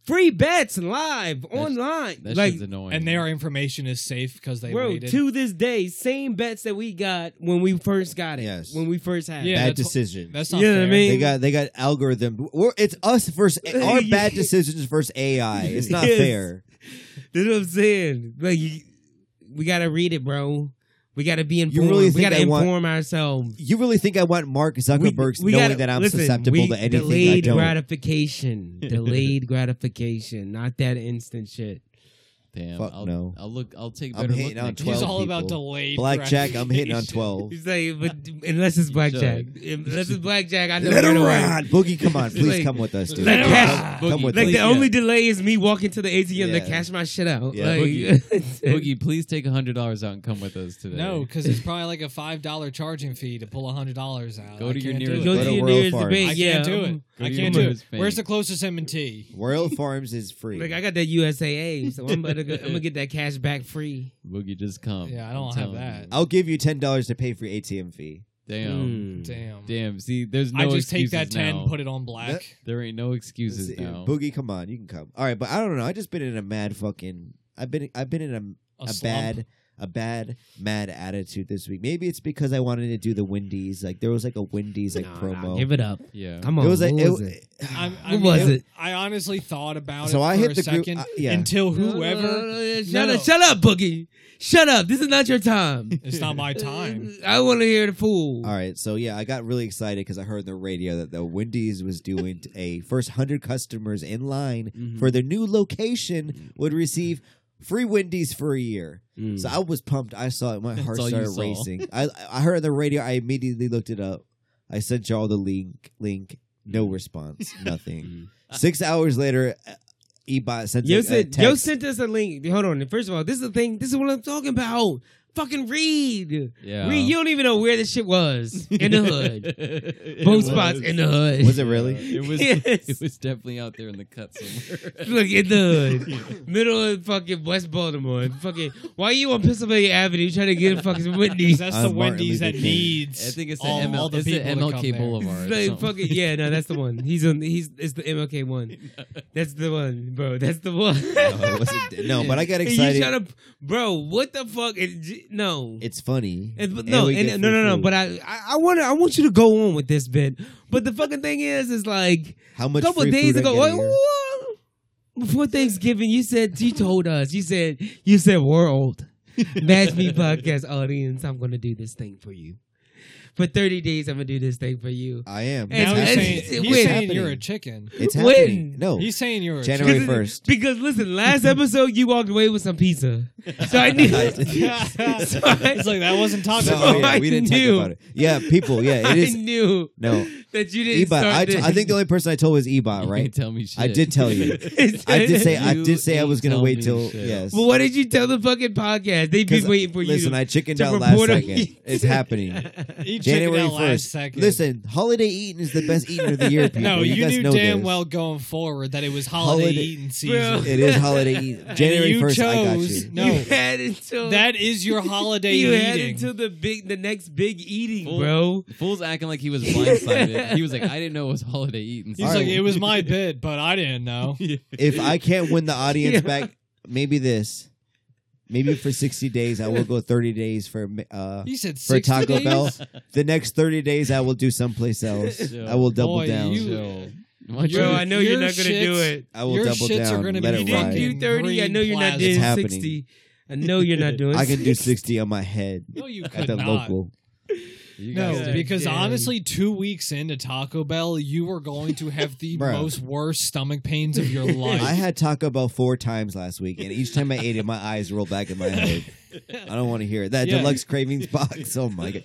Free bets live online. That like, shit's annoying. and their information is safe because they bro, waited. to this day, same bets that we got when we first got it. Yes. When we first had Yeah, it. bad that's- decision. That's not You know what I fair. mean? They got they got algorithm. We're, it's us versus our bad decisions versus AI. It's not Yes. fair. That's what I'm saying. Like, you- we gotta read it, bro. We gotta be informed. really we think gotta I want- inform ourselves. You really think I want Mark We- Zuckerberg we knowing gotta- that I'm listen, susceptible we- to anything I Delayed don't? gratification. delayed gratification. Not that instant shit. Damn. Fuck I'll, no. I'll look. I'll take I'm better look hating on next 12 He's time. all about people. delayed Blackjack, I'm hitting on gratification. 12. He's like, but unless it's You blackjack, should. unless it's blackjack, I know Let where him to run. ride. Boogie, come on. It's Please like- come with us, dude. Let him Come- ride. Come Boogie, with Like us. the Please, only yeah. delay is me walking to the ATM Yeah. to cash my shit out. Yeah. Like, Boogie, please take a hundred dollars out and come with us today. No, because it's probably like a five dollar charging fee to pull a hundred dollars out. Go I to your can't do nearest- it. Go Go to to your World nearest Farms. debate. I yeah, um, can't do it. Go I to can't your do it. nearest Where's the bank. closest M&T? Royal Farms is free. Like I got that USAA, so I'm gonna, go, I'm gonna get that cash back free. Boogie, just come. Yeah, I I'm don't have telling that. you. I'll give you ten dollars to pay for your ATM fee. Damn. Hmm. Hmm. Damn. Damn. See, there's no I just take excuses that ten, now. put it on black. There ain't no excuses Let's see. now. Boogie, come on, you can come. All right, but I don't know. I just been in a mad fucking. I've been I've been in a A, a, slump. bad a bad mad attitude this week. Maybe it's because I wanted to do the Wendy's. Like there was like a Wendy's like promo. give it up. Yeah. Come on. was like what was it? I'm, I What mean, was it? I honestly thought about So it I for hit a the group- second uh, yeah. until No, no, no, whoever. no, yeah, shut No, up, no. shut up, Boogie. Shut up. This is not your time. It's not my time. I want to hear the fool. All right, so yeah, I got really excited because I heard on the radio that the Wendy's was doing a first hundred customers in line Mhm. for their new location would receive free Wendy's for a year. Mm. So I was pumped. I saw it. My That's heart all you started saw. racing. I I heard on the radio. I immediately looked it up. I sent y'all the link. Link. No Mm. response. Nothing. Mhm. Six hours later, uh, Ebot sent Yo a, a sent, text. yo sent us a link. Hold on. First of all, this is the thing. This is what I'm talking about. Fucking read. Yeah. Read. You don't even know where this shit was in the hood. It Both was. spots in the hood. Was it really? It was. Yes. It was definitely out there in the cut somewhere. Look in the hood, middle of fucking West Baltimore. Fucking, why you on Pennsylvania Avenue trying to get a fucking Whitney's? It's 'Cause that's I'm the Uh, Martin Wendy's Luther that King. needs. I think it's the all, ML, all the it's the people that come MLK there. Boulevard. or like something. fucking yeah, no, that's the one. He's on. He's it's the MLK one. That's the one, bro. That's the one. No, it wasn't- no, but I got And excited. You trying to, bro? What the fuck? It, j- no, It's funny. And- but And no, we and- get no, free no, no. food. But I, I, I want, I want you to go on with this bit. But the fucking thing is, is like how a much couple free days food I ago, oh, get a like, year? what? before Thanksgiving, you said you told us, you said, you said, world, match me podcast audience, I'm gonna do this thing for you. For 30 days, I'm gonna do this thing for you. I am. And- Now It's and- he's happening. saying, it's- he's when? saying you're a chicken. It's When? happening. No, He's saying you're a January chicken. Because- 1st. Because listen, last episode you walked away with some pizza, so I knew. so I- it's like that wasn't talked No, about. So yeah, I we didn't knew. talk about it. Yeah, people. Yeah, it I is. knew No, that you didn't. Ebot. Start I, t- this. I think the only person I told was Ebot, You right? ain't tell me shit. I did tell you. I did say I did say I was gonna You wait ain't till tell me shit. yes. Well, why did you tell the fucking podcast? They've 'Cause, been waiting for Listen, you. I chickened to out last report on second. me. It's happening. You chickened January out last first. second. Listen, holiday eating is the best eating of the year. People. No, you, guys knew know damn this. well going forward that it was holiday, Holiday- eating season. It is holiday eating. January you first, I got chose- you. No. you had until That is your holiday you had eating. until the big, the next big eating, Well, bro. Fool's acting like he was blindsided. he was like, I didn't know it was holiday eating. He's All like, right. it was my bid, but I didn't know. If I can't win the audience Yeah. back, maybe this. Maybe for sixty days, I will go thirty days for uh, You said for 60 Taco days? Bell. The next thirty days, I will do someplace else. Yeah. I will double Boy, down. you- Yo, why don't Bro, you- I know you're your not gonna do shits- it. I will Your double shits down. are gonna Let be it You ride. didn't do fucking thirty. I know you're not doing It's happening. sixty. I know you're not doing. I can do 60. sixty on my head No, you at could the not. local. you No, guys- God because damn. honestly, two weeks into Taco Bell, you are going to have the Bruh. most worst stomach pains of your life. I had Taco Bell four times last week, and each time I ate it, my eyes rolled back in my head. I don't want to hear it. That Yeah. deluxe cravings box. Oh my god,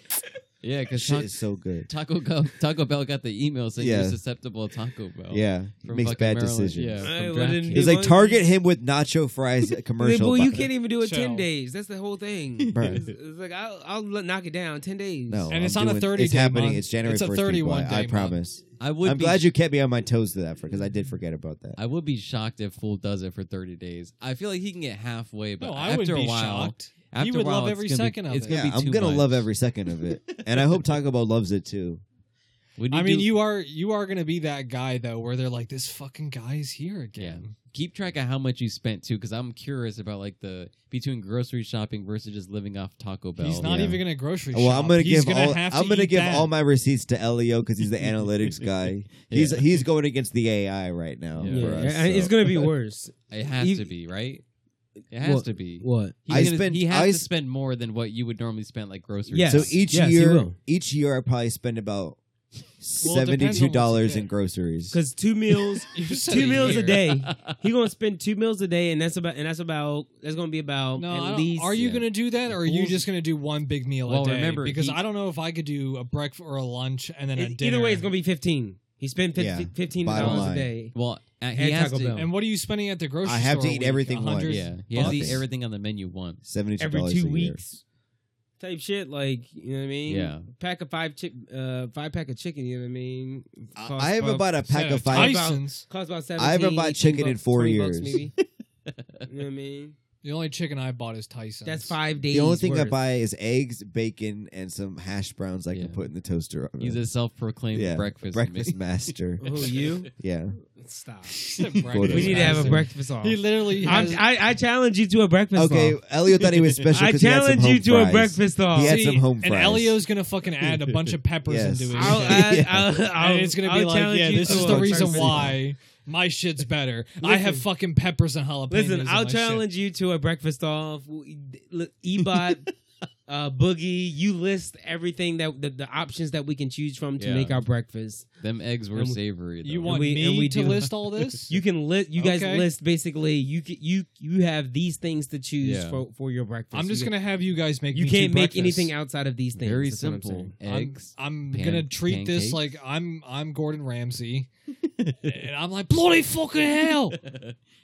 yeah, because shit is so good. Taco Bell, Taco Bell got the email saying Yeah. you're susceptible to Taco Oh, Bell. Yeah, From makes fucking bad Maryland. decisions. Yeah, I from wouldn't DraftKings. It's They like want- target him with nacho fries Like, commercial. boy, you but- can't even do it ten Chill. days. That's the whole thing. Bro. It's, it's like I'll, I'll let- knock it down ten days. No, And I'm it's on a doing- 30 It's day happening. month. It's January It's a first. 31 people, I- I day promise. I would I'm be glad you kept me on my toes to that because I did forget about that. I would be shocked if Fool does it for 30 days. I feel like he can get halfway, but no, I would after be a while, shocked. after would a while, love it's every gonna be- second of it's it. gonna yeah, be I'm too gonna much. love every second of it, and I hope Taco Bell loves it too. When you I mean, do- you are you are gonna be that guy though, where they're like, this fucking guy's here again. keep track of how much you spent too, because I'm curious about like the between grocery shopping versus just living off Taco Bell. He's not yeah. even gonna grocery Well, shop. I'm gonna He's give all. have I'm to gonna eat give that. all my receipts to Leo because he's the analytics guy. He's Yeah. he's going against the AI right now Yeah. for us. I- I- it's so. gonna be worse. It has You- to be right. It has What? to be. What? He's I gonna- spend- he has I to sp- spend more than what you would normally spend like grocery. Yes. shopping. so e each yes, he year, will. each year I probably spend about Well, it depends seventy-two on what you dollars get. in groceries. Because two meals, You said two meals a year. day. He gonna spend two meals a day, and that's about and that's about that's gonna be about No, I at don't- least. are you yeah. gonna do that, or are you Who's- just gonna do one big meal Well, a day? remember, because he- I don't know if I could do a breakfast or a lunch and then a it- dinner. either way, it's gonna be fifteen. He spent fif- Yeah, fifteen bottom dollars a line. day. Well, uh, he And has Taco to. Bell. And what are you spending at the grocery I store? have to a eat week? everything once. 100 Yeah, he has to eat Bucks. everything on the menu once. seventy-two Every dollars two a weeks, type shit. Like you know what I mean? Yeah. Pack of five chick, uh, five pack of chicken. You know what I mean? year. Costs I I haven't about- bought a pack Yeah, of five. Tyson's. Cost about seventeen. I haven't bought 18 chicken in bucks, four 20 bucks years. maybe. you know what I mean? The only chicken I bought is Tyson's. That's five days. The only thing I worth. buy is eggs, bacon, and some hash browns I Yeah. can put in the toaster oven. He's a self-proclaimed Yeah, breakfast breakfast ma- master. Who you? Yeah, Stop. we We need to have a breakfast off. He literally I'm- has. I, I challenge you to a breakfast Okay, off. Elliot thought he was special. I 'cause he had some challenge home you to a fries. breakfast off. He had See, some home And fries. Elio's gonna fucking add a bunch of peppers Yes. into it. I'll add, I'll, I'll, and it's gonna be I'll like, challenge yeah, you this to is a the breakfast reason off. why my shit's better. I have Listen. fucking peppers and jalapenos. Listen, in I'll my challenge you to a breakfast off. We- look, Ebot, uh, Boogie, you list everything that the, the options that we can choose from to Yeah. make our breakfast. Them eggs were And we- savory. Shit. You though. want we- me and we to do- list all this? You can list. You guys Okay. list basically. You ca- you you have these things to choose Yeah. for for your breakfast. I'm just You- gonna have you guys make. You me can't two make breakfasts. anything outside of these things. very that's what I'm simple saying. I'm- eggs? I'm, pan- gonna treat this pancakes. like I'm I'm Gordon Ramsay, and I'm like bloody fucking hell.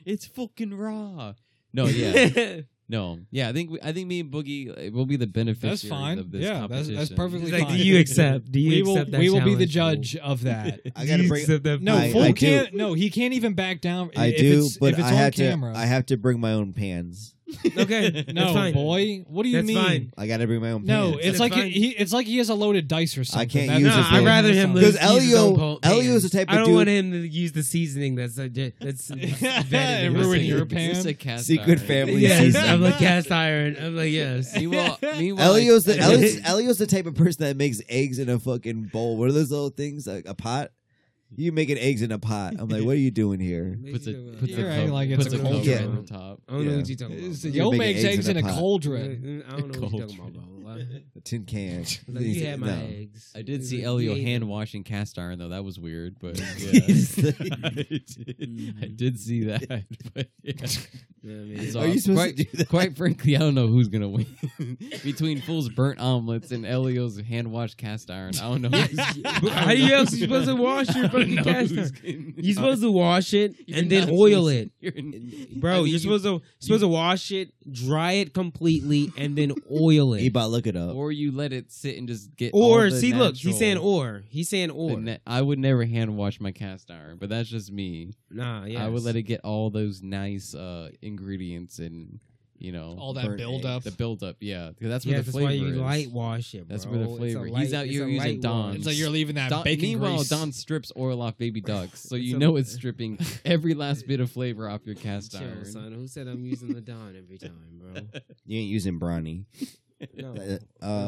it's fucking raw. No, Oh, yeah, no, yeah. I think we, I think me and Boogie uh, will be the beneficiaries fine. of this Yeah, that's- competition. that's perfectly- It's like, fine. do you accept? Do you we will accept that we will be the challenge? judge of that. I gotta You bring. accept that No, I- fact? Fool I do. can't. No, he can't even back down. I if do, it's, but if it's I on have camera. to. I have to bring my own pans. okay, that's no, fine. boy. What do you That's mean? fine. I gotta bring my own No, pans. it's That's like fine. he, it's like he has a loaded dice or something. can't That's use No, it not- for I'd it. rather him Because lose. Something. Elio- Elio is the type of I don't dude- want him to use the seasoning. That's uh, that's that's Yeah, it Is this ruined a- your is this pan? a cast Secret iron? family Yes, seasoning. I'm like cast iron. I'm like yes. Meanwhile, meanwhile, Elio's the I- I- Elio's, Elio's the type of person that makes eggs in a fucking bowl. What are those little things? Like a pot? You making eggs in a pot? I'm like, what are you doing here? puts a Basically, puts a You're acting cover- like it's puts a a cover cauldron. on top. I don't know Yeah. what you're talking about. It's- bro. Yo, Yo big makes eggs eggs in in a a pot. cauldron. I don't know what you're talking about. bro. A tin can. Like, you had my eggs. I did It's see like, Elio you ate hand them. washing cast iron though. That was weird, but yeah. I, Yeah. did, Mm-hmm. I did see that. But yeah. You know what I mean? So Are you supposed quite, to do that? quite frankly, I don't know who's gonna win between Fool's burnt omelets and Elio's hand washed cast iron. I don't know. Who's, I don't How you know. else you supposed to wash your I don't fucking know cast iron? who's gonna- You're supposed to wash it You're Uh, and then not oil supposed- it. you're- I Bro, mean, you're you- supposed to supposed to wash it, dry it completely, and then oil it. Ebot, look it up. or you let it sit and just get all Or the see, look, he's saying natural- or. He's saying the or. na- I would never hand wash my cast iron, but that's just me. nah, yeah. I would let it get all those nice uh ingredients and you know All that Burnt build up. the buildup. Yeah, because that's Yeah, where the that's flavor why you is. light wash it. Bro. That's where the It's a flavor- he's light- out it's here a using light Don's. wash. It's like you're leaving that Don, bacon meanwhile, grease. Don strips oil off baby ducks, so you It's a- know it's stripping every last bit of flavor off your cast Chill, iron. son. Who said I'm using the Don every time, bro? You ain't using brownie. Oh, Uh, No. uh,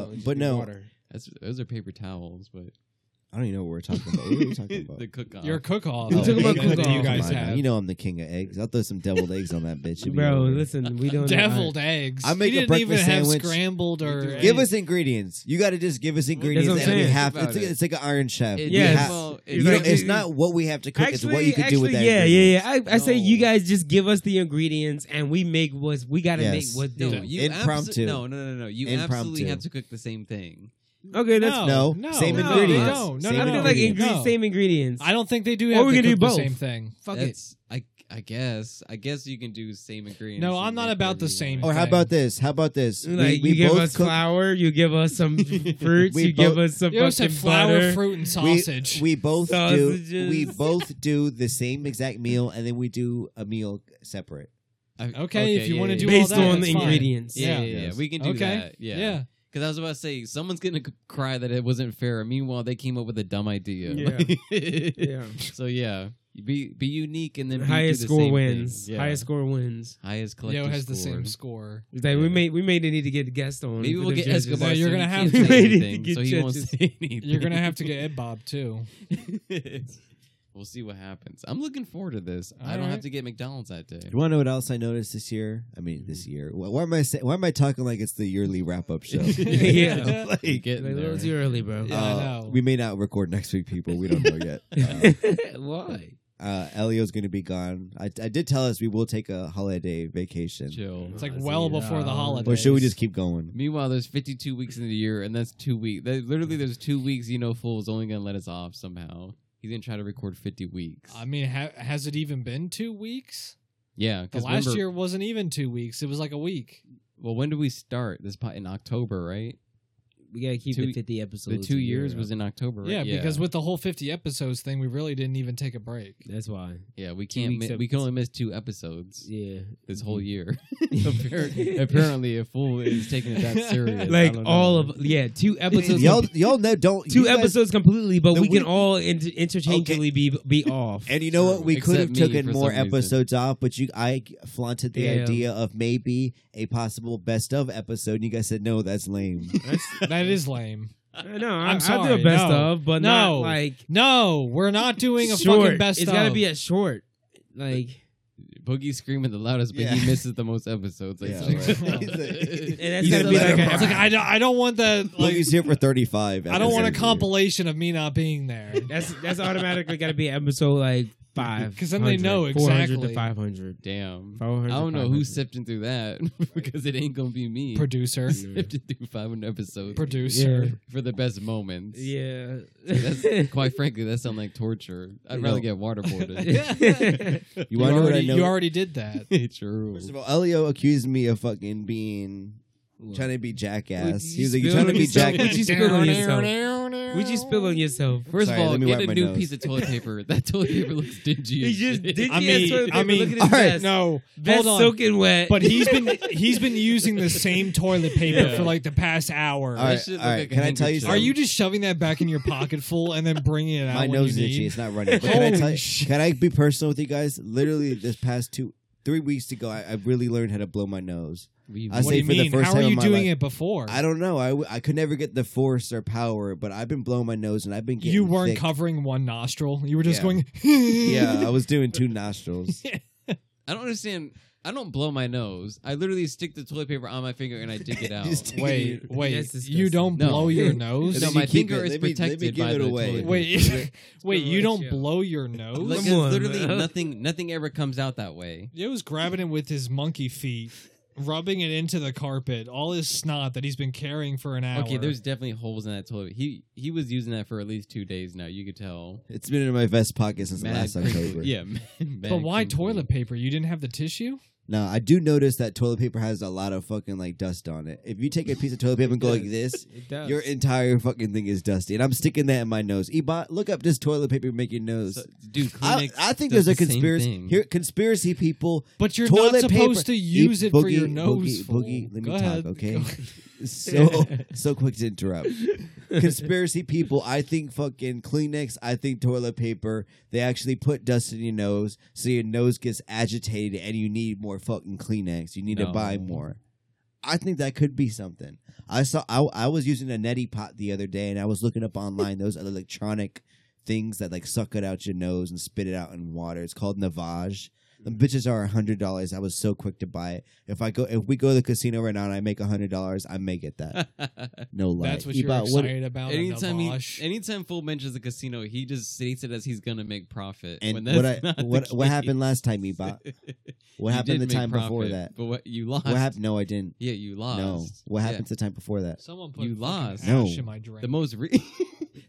it should but be no, water. That's, those are paper towels, but I don't even know what we're talking about. What are we talking about? the cook off. Your cook off. We're talking about that cook-off. you Come guys on now. have. You know I'm the king of eggs. I'll throw some deviled eggs on that bitch. It'll be Bro, over. listen, we don't Deviled eggs. I make he a didn't even breakfast have sandwich. scrambled or Give egg. us ingredients. You got to just give us ingredients, what I'm and we saying. have. Think It's, about it. it's like an Iron Chef. It- We Yes. have- well, it- you You're know, like- it's not what we have to cook; it's what you can do with that. yeah, ingredient. yeah, yeah. I, I say you No. guys just give us the ingredients and we make what's we gotta Yes. make what no, do. Yeah. you Impromptu. Abso- no, no, no, no. You absolutely Impromptu. have to cook the same thing. Okay, that's No, No, no, same no, ingredients. no, no, same I no. mean, ingredients. like ingredient. ingre- No. same ingredients. I don't think they do Or have we to can do cook the both. same thing. Fuck it. That's I I guess I guess you can do same ingredients. No, and I'm not make about the whatever you same- want. Or how Okay. about this? How about this? We- Like we you give both us cook- flour, you give us some fruits, We you give both- us some You said fucking flour, butter. fruit, and we- sausage. We, both do. We Sausages. both do the same exact meal, and then we do a meal separate. I- Oh, Okay, if you yeah, wanna yeah, do yeah. all based that, on that's the fine. ingredients. Yeah, yeah, Yes. yeah, we can do Okay. that. Yeah. yeah. Because I was about to say someone's gonna c- cry that it wasn't fair. Meanwhile, they came up with a dumb idea. Yeah. yeah. Yeah. So yeah, be be unique and then be, Highest do the score same wins. Thing. Yeah. Highest score wins. highest collective Yo has the score. same score. It's Like we may we may need to get the guest on. Maybe for we'll the get judges. Escobar. No, you're so he gonna can't have say to. We need to anything, get so he won't judges. say anything. You're gonna have to get Ed Bob too. to. We'll see what happens. I'm looking forward to this. All I don't right. have to get McDonald's that day. You want to know what else I noticed this year? I mean, this year. Why, why am I say, why am I talking like it's the yearly wrap up show? Yeah. You're like, getting Like, there. well, it's early, bro. Yeah, I know. Uh, we may not record next week, people. We don't know yet. Uh, Why? uh, Elio's going to be gone. I, I did tell us we will take a holiday vacation, Chill. It's like well before the Yeah. holidays. or should we just keep going? Meanwhile, there's 52 weeks in the year, and that's two weeks. Literally, there's two weeks. You know, fool's only gonna let us off somehow. He's gonna try to record 50 weeks. I mean, ha- has it even been two weeks? yeah, The because last year wasn't even two weeks. It was like a week. Well, when did we start this pot in October? Right. We gotta keep Two- the fifty episodes. the a two years year was out. in October. Right? Yeah, because with the whole 50 episodes thing, we really didn't even take a break. That's why. yeah, we can't. weeks Mi- of- we can only miss two episodes Yeah. this whole year. apparently, apparently, a fool is taking it that serious. I Like don't all know. of yeah, two episodes. y'all, y'all know don't two you guys- episodes completely, but No, we, we- can all inter- interchangeably be be off. And you know what? We could Except have me taken for more some reason. episodes off, but you, I flaunted the Yeah. idea of maybe a possible best of episode, and you guys said no, that's lame. That is lame. no, I, I'm am sorry. I'll do sorry, a best no. of, but No. not like No, we're not doing a short. fucking best It's of. gotta be a short. Like Boogie screaming the loudest, but Yeah. he misses the most episodes. Like, Yeah, six- right. He's like- and that's You gotta gotta be let like him a, it's like I don't, I don't want the like, Boogie's here for thirty-five. I don't want a episodes. compilation of me not being there. that's that's automatically gotta be episode like five. 'Cause then they know 400 to exactly. five hundred. Damn. I I don't know who's sifting through that because it ain't gonna be me. Producer, Sifted through 500 episodes producer. for the best moments. Yeah. That's quite frankly, that sounds like torture. I'd rather get waterboarded. yeah. You want to know what I already, know? you already did that. True. First of all, Elio accused me of fucking being trying to be jackass. you He was like, "You're spill trying to be yourself? jackass." Would you spill on yourself? Would you spill on yourself? First Sorry, of all, let me get wipe a my new nose. piece of toilet paper. That toilet paper looks dingy. as He's just shit. dingy I mean- as toilet paper. I mean- Look at his all right, vest. No, Vest hold on. soaking wet. But he's been he's been using the same toilet paper Yeah. for like the past hour. All right, shit all look right. like a Can I tell you? handkerchief. Something? Are you just shoving that back in your pocket full and then bringing it out? My when nose is you itchy. need? It's not running. But can I Holy tell you, shit. Can I be personal with you guys? Literally, this past two, three weeks ago, I, I really learned how to blow my nose. We- I What say do you for the mean? first How time are in you my doing life. it before? I don't know. I, w- I could never get the force or power, but I've been blowing my nose and I've been getting. you weren't thick. covering one nostril. You were just Yeah. going. Yeah, I was doing two nostrils. I don't understand. I don't blow my nose. I literally stick the toilet paper on my finger and I dig it out. Just take it Wait, wait. That's disgusting. You don't No. blow your And nose? then no, you my keep finger it. is Let me- let me protected give by it the away. toilet paper. Wait, wait. You don't blow your Like, nose? it's Come on, literally bro. nothing. Nothing ever comes out that way. It was grabbing it with his monkey feet, rubbing it into the carpet. All his snot that he's been carrying for an hour. Okay, there's definitely holes in that toilet. He he was using that for at least two days now. You could tell. It's been in my vest pocket since Mad last crinkly- October. Yeah, mad But why crinkly. toilet paper? You didn't have the tissue? Now I do notice that toilet paper has a lot of fucking like dust on it. If you take a piece of toilet paper and go like this, It does. your entire fucking thing is dusty. And I'm sticking that in my nose. Ebot, look up this toilet paper to make your nose. So, dude, I, Kleenex I think does there's a the same conspiracy thing. here. Conspiracy people. But you're toilet not paper. supposed to use E- it for Boogie- your nose. Boogie, fool. Boogie, let me Go talk, ahead. okay? Go- So so quick to interrupt. Conspiracy people. I think fucking Kleenex. I think toilet paper. They actually put dust in your nose, so your nose gets agitated, and you need more fucking Kleenex. You need to buy No. more. I think that could be something. I saw. I, I was using a neti pot the other day, and I was looking up online those electronic things that like suck it out your nose and spit it out in water. It's called Navage. Mm. The bitches are a hundred dollars. I was so quick to buy it. If I go, if we go to the casino right now and I make a hundred dollars, I may get that. No lie. That's what You you're bought- what- excited about. anytime Anytime he, anytime Fool mentions the casino, he just states it as he's gonna make profit. when and that's what I not the what what happened case. last time, Ebot? What You happened the did make time before profit, that? But what you lost? What happened? No, I didn't. Yeah, you lost. No. What Yeah. happened the time before that? Someone put You fucking lost. ash No. in my drink. The most re-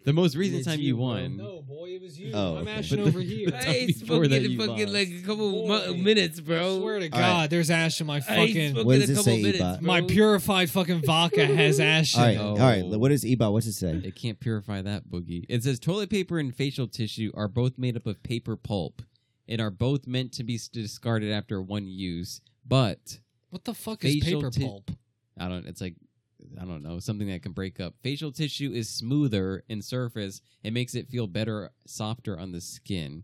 the most recent It's time you, you bro. won. No, boy, it was you. Oh, I'm okay. ashing But- over here. but- I ain't before smoking that in you fucking lost. like a couple Boy. mu- minutes, I bro. swear to All right. God, there's ash in my I ain't fucking. What does smoking it a couple say, minutes, Ebot? bro. My purified fucking vodka has ash in All right, it. all right. What is Ebot? What's it say? It can't purify that boogie. It says toilet paper and facial tissue are both made up of paper pulp and are both meant to be s- discarded after one use. But What the fuck is Facial paper ti- pulp? I don't. It's like I don't know something that can break up. Facial tissue is smoother in surface. It makes it feel better, softer on the skin.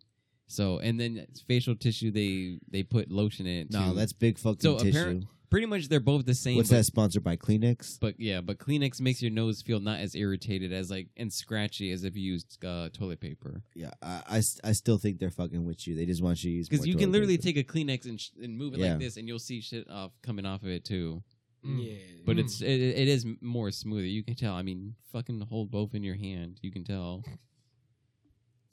So and then facial tissue they they put lotion in. it No, too. that's big fucking So tissue. apparent- Pretty much they're both the same. What's but, that sponsored by Kleenex? But yeah, but Kleenex makes your nose feel not as irritated as like and scratchy as if you used uh, toilet paper. Yeah, I, I, s- I still think they're fucking with you. They just want you to use Because because you can literally take a Kleenex and, sh- and move it Yeah. like this, and you'll see shit off coming off of it too. Mm. But Hmm. Mm. it's it, it is more smoother. You can tell. I mean, fucking hold both in your hand. You can tell.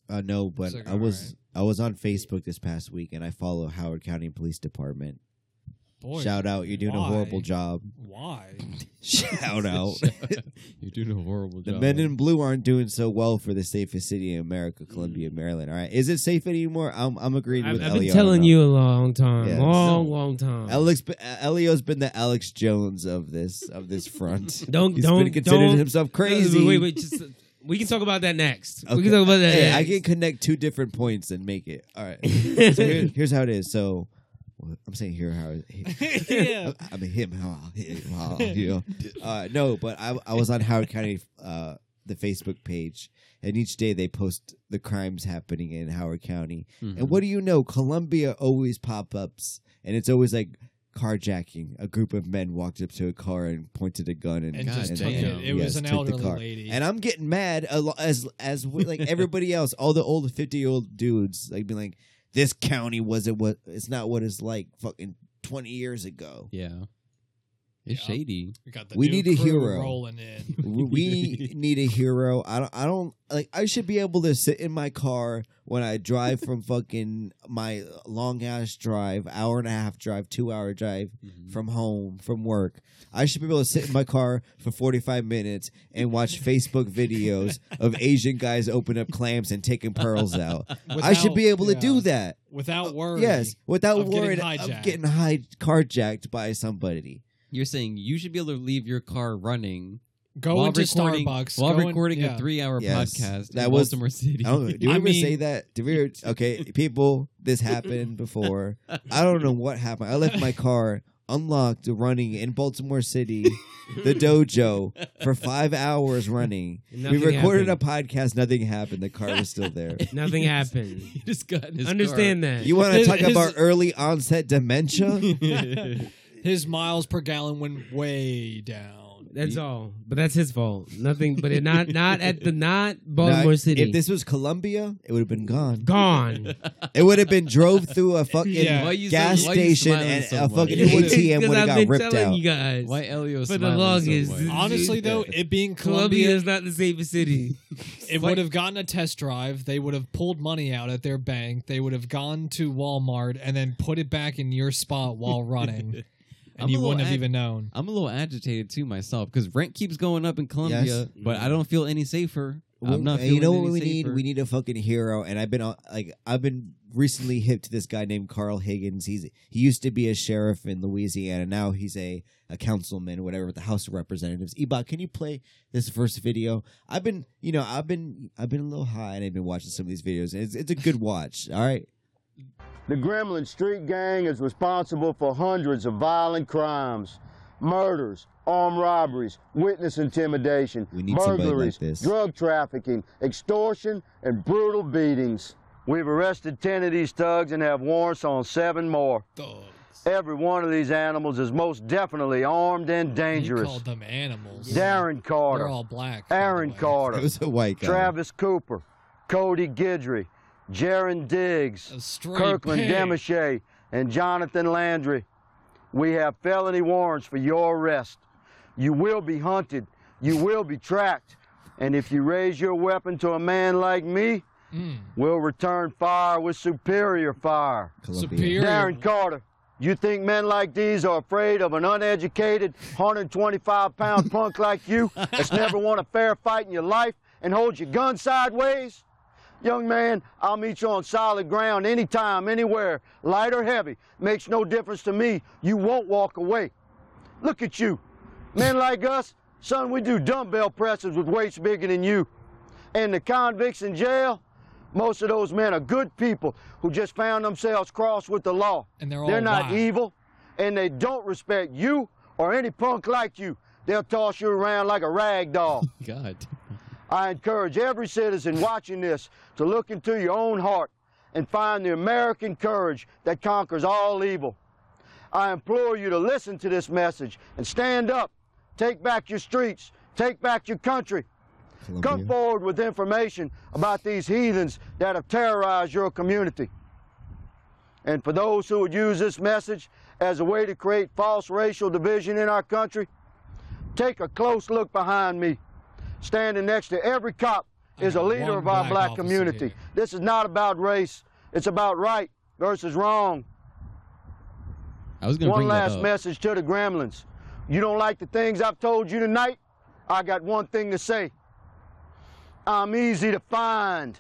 Uh, no, but It's like, I was I was on Facebook this past week and I follow Howard County Police Department. Boy, Shout out, you're doing a horrible why? job. Why? Shout out. You're doing a horrible The job. men in blue aren't doing so well for the safest city in America, Columbia, Maryland. All right, is it safe anymore? I'm I'm agreeing Mm. I've, with I've Elio been on telling that. you a long time, Yeah. long, So- long time. Alex Elio's been the Alex Jones of this of this front. don't He's don't been considering don't, Uh, himself crazy. Wait, wait, just, we can talk about that next. We Okay. can talk about that. Hey, next. I can connect two different points and make it. All right. So here- here's how it is. So well, I'm saying here how it- yeah. I mean him. huh, him, huh, you know. Uh, no, but I, I was on Howard County, uh, the Facebook page, and each day they post the crimes happening in Howard County. Mhm. And what do you know? Columbia always pop ups, and it's always like carjacking. A group of men walked up to a car and pointed a gun and, And just and- took damn. it. It yes, was an took the elderly car. lady. And I'm getting mad a lo- as as we- like everybody else, all the old fifty year old dudes, like being like, "This county wasn't what it's not what it's like fucking twenty years ago." Yeah. It's Yeah. shady. we got the we new need a crew hero. rolling in. We- we need a hero. I don't. I don't like. I should be able to sit in my car when I drive from fucking my long ass drive, hour and a half drive, two hour drive Mm-hmm. from home from work. I should be able to sit in my car for forty five minutes and watch Facebook videos of Asian guys open up clams and taking pearls out. I should Without- be able to yeah. do that. without worry. Yes, without Of getting worrying hijacked. of getting high carjacked by somebody. You're saying you should be able to leave your car running Go while into recording, Starbucks while go in- recording yeah. a three-hour Yes, podcast. that in was- Baltimore City. I don't know. Did we I ever say mean- that? Did we? Okay, people, this happened before. I don't know what happened. I left my car unlocked, running in Baltimore City, the dojo, for five hours running. Nothing we recorded happened. a podcast. Nothing happened. The car was still there. Nothing happened. He just got in his Understand that. You want to His- talk his- about early onset dementia? His miles per gallon went way down. that's all. But that's his fault. Nothing. But it not not at the not Baltimore Now, City. If this was Columbia, it would have been gone. gone. It would have been drove through a fucking Yeah. Why you so- gas why you station smiling and so a much? fucking It would've- ATM would have I've got been ripped telling out. you guys. Why Elio For the smiling longest. so much? Honestly, though, it being Columbia Columbia, is not the safest city. it would have gotten a test drive. They would have pulled money out at their bank. They would have gone to Walmart and then put it back in your spot while running, I'm and a you little wouldn't have ag- even known. I'm a little agitated too myself because rent keeps going up in Columbia, Yes. but I don't feel any safer. I'm not. And you feeling know any what we safer. need? We need a fucking hero. And I've been on, like, I've been recently hip to this guy named Carl Higgins. He's he used to be a sheriff in Louisiana. Now he's a a councilman, whatever, with the House of Representatives. Ebot, can you play this first video? I've been, you know, I've been, I've been a little high, and I've been watching some of these videos. And it's, it's a good watch. All right. The Gremlin Street Gang is responsible for hundreds of violent crimes, murders, armed robberies, witness intimidation, We need somebody like burglaries, this. drug trafficking, extortion, and brutal beatings. We've arrested 10 of these thugs and have warrants on seven more. Every one of these animals is most definitely armed and You dangerous. called them animals. Darren Carter, They're all black. by the Aaron way. It Carter, was a white guy. Travis Cooper, Cody Guidry, Jaron Diggs, A stray Kirkland pig. Demache, and Jonathan Landry. We have felony warrants for your arrest. You will be hunted. You will be tracked. And if you raise your weapon to a man like me, we'll return fire with superior fire. Columbia. Superior. Darren Carter, you think men like these are afraid of an uneducated, 125 pound punk like you that's never won a fair fight in your life and holds your gun sideways? Young man, I'll meet you on solid ground anytime, anywhere, light or heavy. Makes no difference to me. You won't walk away. Look at you. Men like us, son, we do dumbbell presses with weights bigger than you. And the convicts in jail, most of those men are good people who just found themselves crossed with the law. And they're all not wild. evil, and they don't respect you or any punk like you. They'll toss you around like a rag doll. God. I encourage every citizen watching this to look into your own heart and find the American courage that conquers all evil. I implore you to listen to this message and stand up. Take back your streets. Take back your country. Come Columbia. forward with information about these heathens that have terrorized your community. And for those who would use this message as a way to create false racial division in our country, take a close look behind me. Standing next to every cop is a got leader one of our black black officer community. here. This is not about race, it's about right versus wrong. I was gonna One bring that last up. message to the gremlins. You don't like the things I've told you tonight? I got one thing to say. I'm easy to find.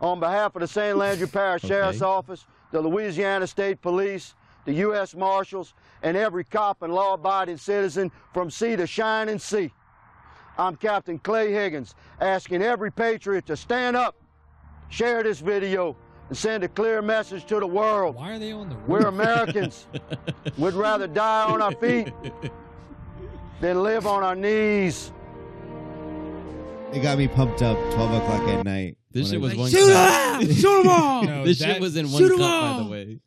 On behalf of the St. Landry Parish Sheriff's Okay. Office, the Louisiana State Police, the U.S. Marshals, and every cop and law abiding citizen from sea to shining sea, I'm Captain Clay Higgins, asking every patriot to stand up, share this video, and send a clear message to the world. Why are they on the roof? We're Americans. We'd rather die on our feet than live on our knees. It got me pumped up. Twelve o'clock at night. This When I- shit was one. Shoot cup. him! Shoot him all! No, this that- shit was in one Shoot 'em cup, by all! the way.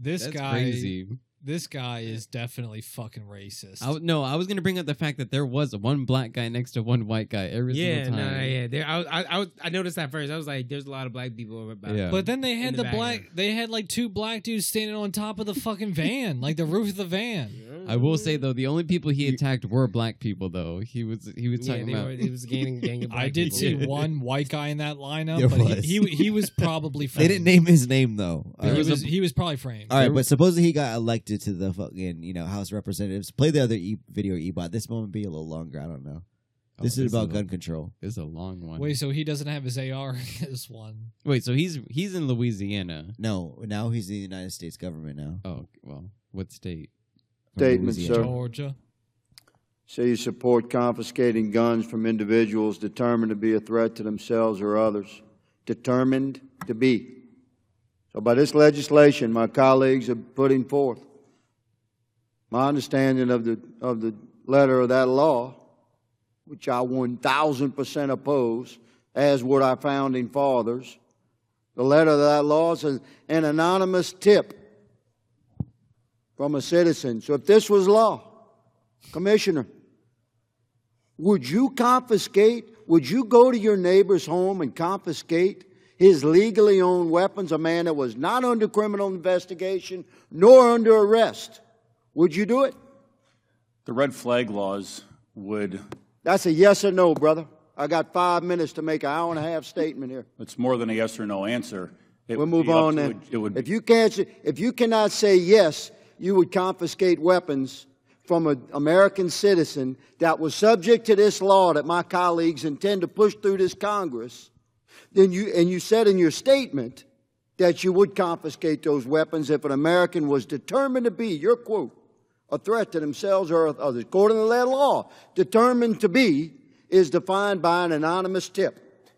This That's guy, crazy. this guy is definitely fucking racist. I, w- no, I was gonna bring up the fact that there was one black guy next to one white guy every Yeah, single time. nah, yeah. There, I, was- I, I, was- I noticed that first. I was like, "There's a lot of black people." About Yeah. but then they In had the the, back black. there. They had like two black dudes standing on top of the fucking van, like the roof of the van. I will say though, the only people he attacked were black people. Though he was he was yeah, talking they about. were, it was gaining gang of black I did people. see one white guy in that lineup, There but was. he, he he was probably framed. They didn't name his name though. He All right. was, was a- he was probably framed. All right, but supposedly he got elected to the fucking you know House Representatives. Play the other e- video ebot. This moment be a little longer. I don't know. Oh, this is about a- gun control. This is a long one. Wait, Wait, so he doesn't have his AR in this one? so he's he's in Louisiana. No, now he's in the United States government now. Oh well, what state? From Statement, Louisiana. Sure. sir. Georgia. Say you support confiscating guns from individuals determined to be a threat to themselves or others. Determined to be. So, by this legislation, my colleagues are putting forth, my understanding of the, of the letter of that law, which I 1,000% oppose, as would our founding fathers, the letter of that law says an anonymous tip from a citizen. So, if this was law, Commissioner, would you confiscate, would you go to your neighbor's home and confiscate his legally owned weapons, a man that was not under criminal investigation nor under arrest? Would you do it? The red flag laws would, That's a yes or no, brother. I got five minutes to make an hour and a half statement here. it's more than a yes or no answer. It We'll would move be up on to- then. It would, If you can't, say- if you cannot say yes, you would confiscate weapons from an American citizen that was subject to this law that my colleagues intend to push through this Congress, then you, and you said in your statement that you would confiscate those weapons if an American was determined to be, your quote, a threat to themselves or others. According to that law, determined to be is defined by an anonymous tip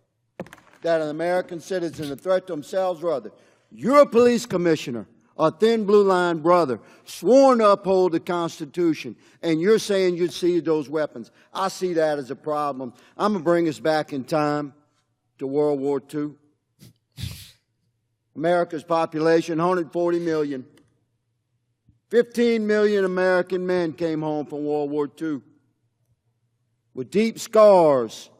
that an American citizen a threat to themselves or others. You're a police commissioner, a thin blue line brother, sworn to uphold the Constitution, and you're saying you'd see those weapons. I see that as a problem. I'm going to bring us back in time to World War II. America's population, 140 million. 15 million American men came home from World War II with deep scars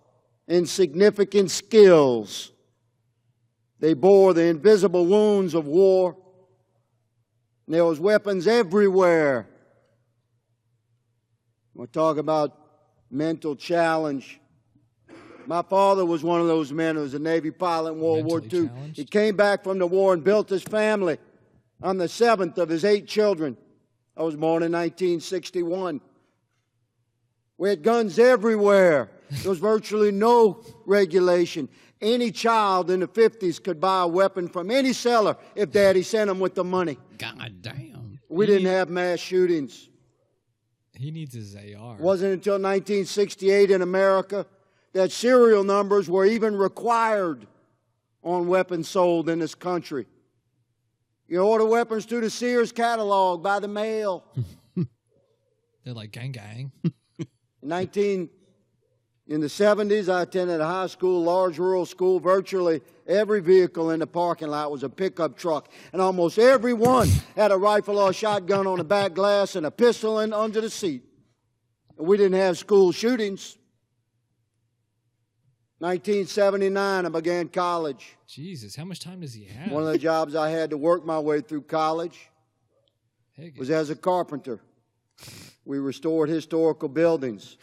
and significant skills. They bore the invisible wounds of war. And there was weapons everywhere. We'll talk about mental challenge. My father was one of those men who was a Navy pilot in World Mentally War II. challenged? He came back from the war and built his family. I'm the seventh of his eight children. I was born in 1961. We had guns everywhere. There was virtually no regulation. Any child in the 50s could buy a weapon from any seller if daddy sent him with the money. God damn. We didn't have mass shootings. He needs his AR. It wasn't until 1968 in America that serial numbers were even required on weapons sold in this country. You order weapons through the Sears catalog by the mail. They're like gang gang. In 19, In the 70s, I attended a high school, large rural school. Virtually every vehicle in the parking lot was a pickup truck, and almost every one had a rifle or a shotgun on the back glass and a pistol in, under the seat. We didn't have school shootings. 1979, I began college. Jesus, how much time does he have? One of the jobs I had to work my way through college Heck, was as a carpenter. We restored historical buildings.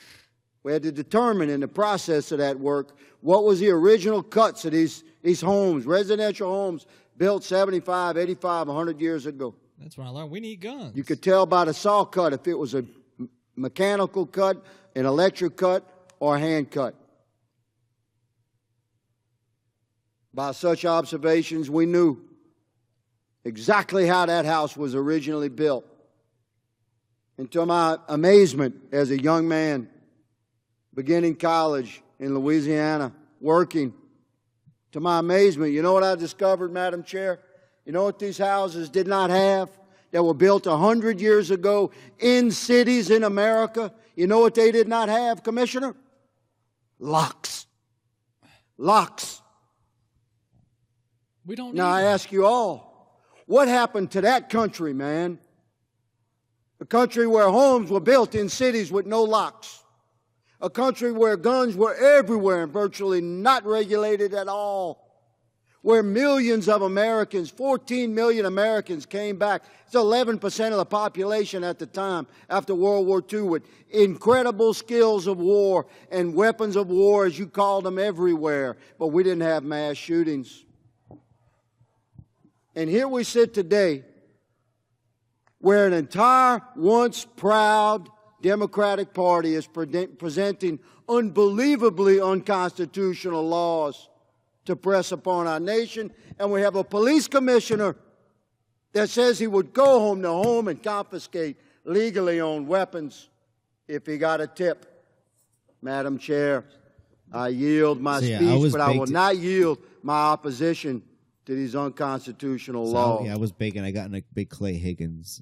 We had to determine in the process of that work what was the original cuts of these, these homes, residential homes built 75, 85, 100 years ago. that's when I learned we need guns. You could tell by the saw cut if it was a m- mechanical cut, an electric cut, or a hand cut. By such observations, we knew exactly how that house was originally built. And to my amazement, as a young man, beginning college in Louisiana, working, to my amazement, you know what I discovered, Madam Chair? You know what these houses did not have that were built a hundred years ago in cities in America? You know what they did not have, Commissioner? Locks. Locks. we don't. Now I need ask you all, what happened to that country, man? A country where homes were built in cities with no locks. A country where guns were everywhere and virtually not regulated at all. Where millions of Americans, 14 million Americans came back. It's 11% of the population at the time after World War II with incredible skills of war and weapons of war as you call them everywhere. But we didn't have mass shootings. And here we sit today where an entire once proud Democratic Party is pre- presenting unbelievably unconstitutional laws to press upon our nation. And we have a police commissioner that says he would go home to home and confiscate legally owned weapons if he got a tip. Madam Chair, I yield my So, yeah, I speech, was but I will baked- not yield my opposition to these unconstitutional laws. yeah, I was baking. I got in a big Clay Higgins.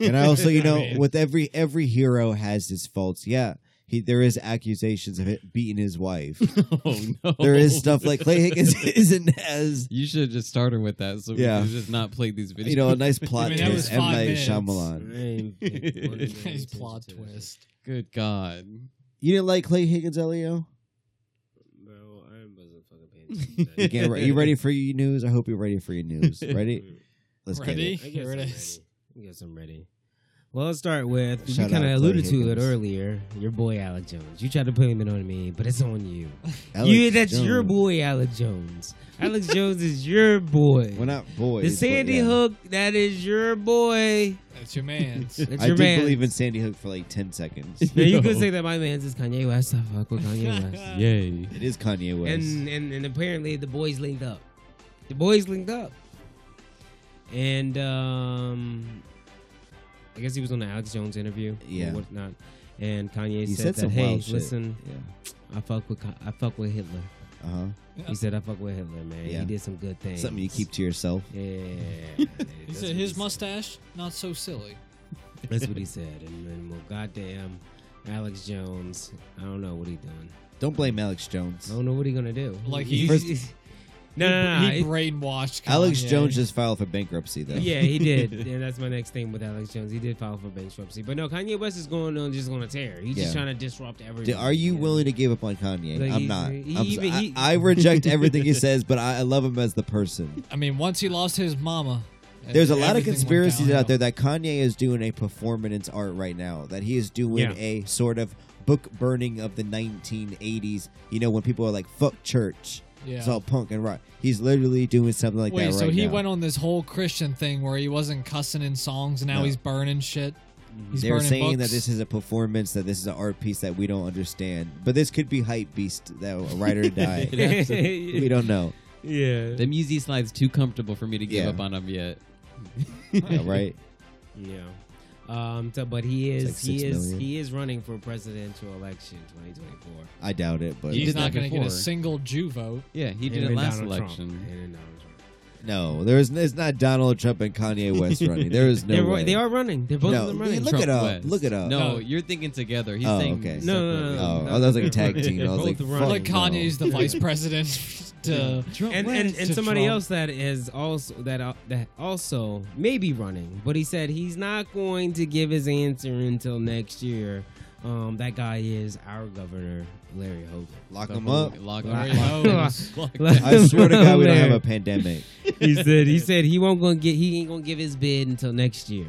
and I also, you know, mean- with every every hero has his faults. Yeah, he there is accusations of it beating his wife. Oh no, there is stuff like Clay Higgins isn't as You should have just started with that, so Yeah. we could just not play these videos. you know a nice plot I mean, that was twist. M five Night minutes. Shyamalan. Nice Nice plot twist. good God, You didn't like Clay Higgins, Elio? Bro, I wasn't fucking paying attention. to You, that. can't, re- you ready for your news? I hope you're ready for your news. Ready? Let's Ready? get it. I guess Here I'm it ready. is. I guess I'm ready. Well, let's start with Shout you kind out of alluded Clay to it Higgins. earlier. Your boy Alec Jones. You tried to blame it on me, but it's on you. Alex you that's your Jones. boy, Alec Jones. Alex Jones is your boy. We're not boys. the but Sandy yeah. Hook. That is your boy. That's your man's. That's I your did man. believe in Sandy Hook for like ten seconds. it Now, you could say that my man's is Kanye West. I fuck with Kanye West. yay! is Kanye West. And, and and apparently the boys linked up. The boys linked up. And um I guess he was on the Alex Jones interview. Yeah. Or whatnot. And Kanye he said, said, that, some hey, wild shit. listen, Yeah. I fuck with Ka- I fuck with Hitler. Uh huh. He said I fuck with Hitler, man. Yeah. He did some good things. Something you keep to yourself. Yeah. He That's said what his said. mustache not so silly. That's what he said. And then well goddamn Alex Jones, I don't know what he done. Don't blame Alex Jones. I don't know what he gonna do. Like he, he's- no, no, no, no. he It- brainwashed. Kanye. Ah, Alex Jones just filed for bankruptcy though. Yeah, he did. and that's my next thing with Alex Jones. He did file for bankruptcy. But no, Kanye West is going on just going to tear. He's just Yeah. trying to disrupt everything. D- Are you Yeah. willing to give up on Kanye? Like, I'm he- not. he I'm s- even- I- he- I reject everything he says, but I, I love him as the person. I mean, once he lost his mama. There's a lot of everything went conspiracies downhill. out there that Kanye is doing a performance art right now. That he is doing Yeah. a sort of book burning of the 1980s. You know when people are like "fuck church," Yeah. it's all punk and rock. He's literally doing something like Wait, that right so he now. went on this whole Christian thing where he wasn't cussing in songs, and now No. he's burning shit. He's They're burning saying books. that this is a performance, that this is an art piece that we don't understand. But this could be hype beast, that ride or die. we don't know, yeah. Them easy slides too comfortable for me to give Yeah. up on them yet. Yeah, right? Yeah. Um, so- but he is It's like he six is million. he is running for presidential election 2024. I doubt it, but He He's did not that going to get a before. single Jew vote. Yeah, he And did it then last Donald Trump. election. And then Donald Trump. No, there is. It's not Donald Trump and Kanye West running. There is no They're, way. They are running. They're both No, of them they running. look- it up, look it up. No, No. you're thinking together. He's Oh, saying okay. No, no, no, separately. no. Oh, that was like a tag team. I was Both like, are fuck running. like no. Kanye's the vice president to Trump and wins. and, and to somebody Trump. else that is also that al- that also may be running, but he said he's not going to give his answer until next year. Um, that guy is our governor, Larry Hogan. Lock So- him Oh, up. Lock Larry him up. Owens. Lock him up. I swear to God, Oh, we don't Larry. have a pandemic. he said he said he won't gonna get he ain't gonna give his bid until next year.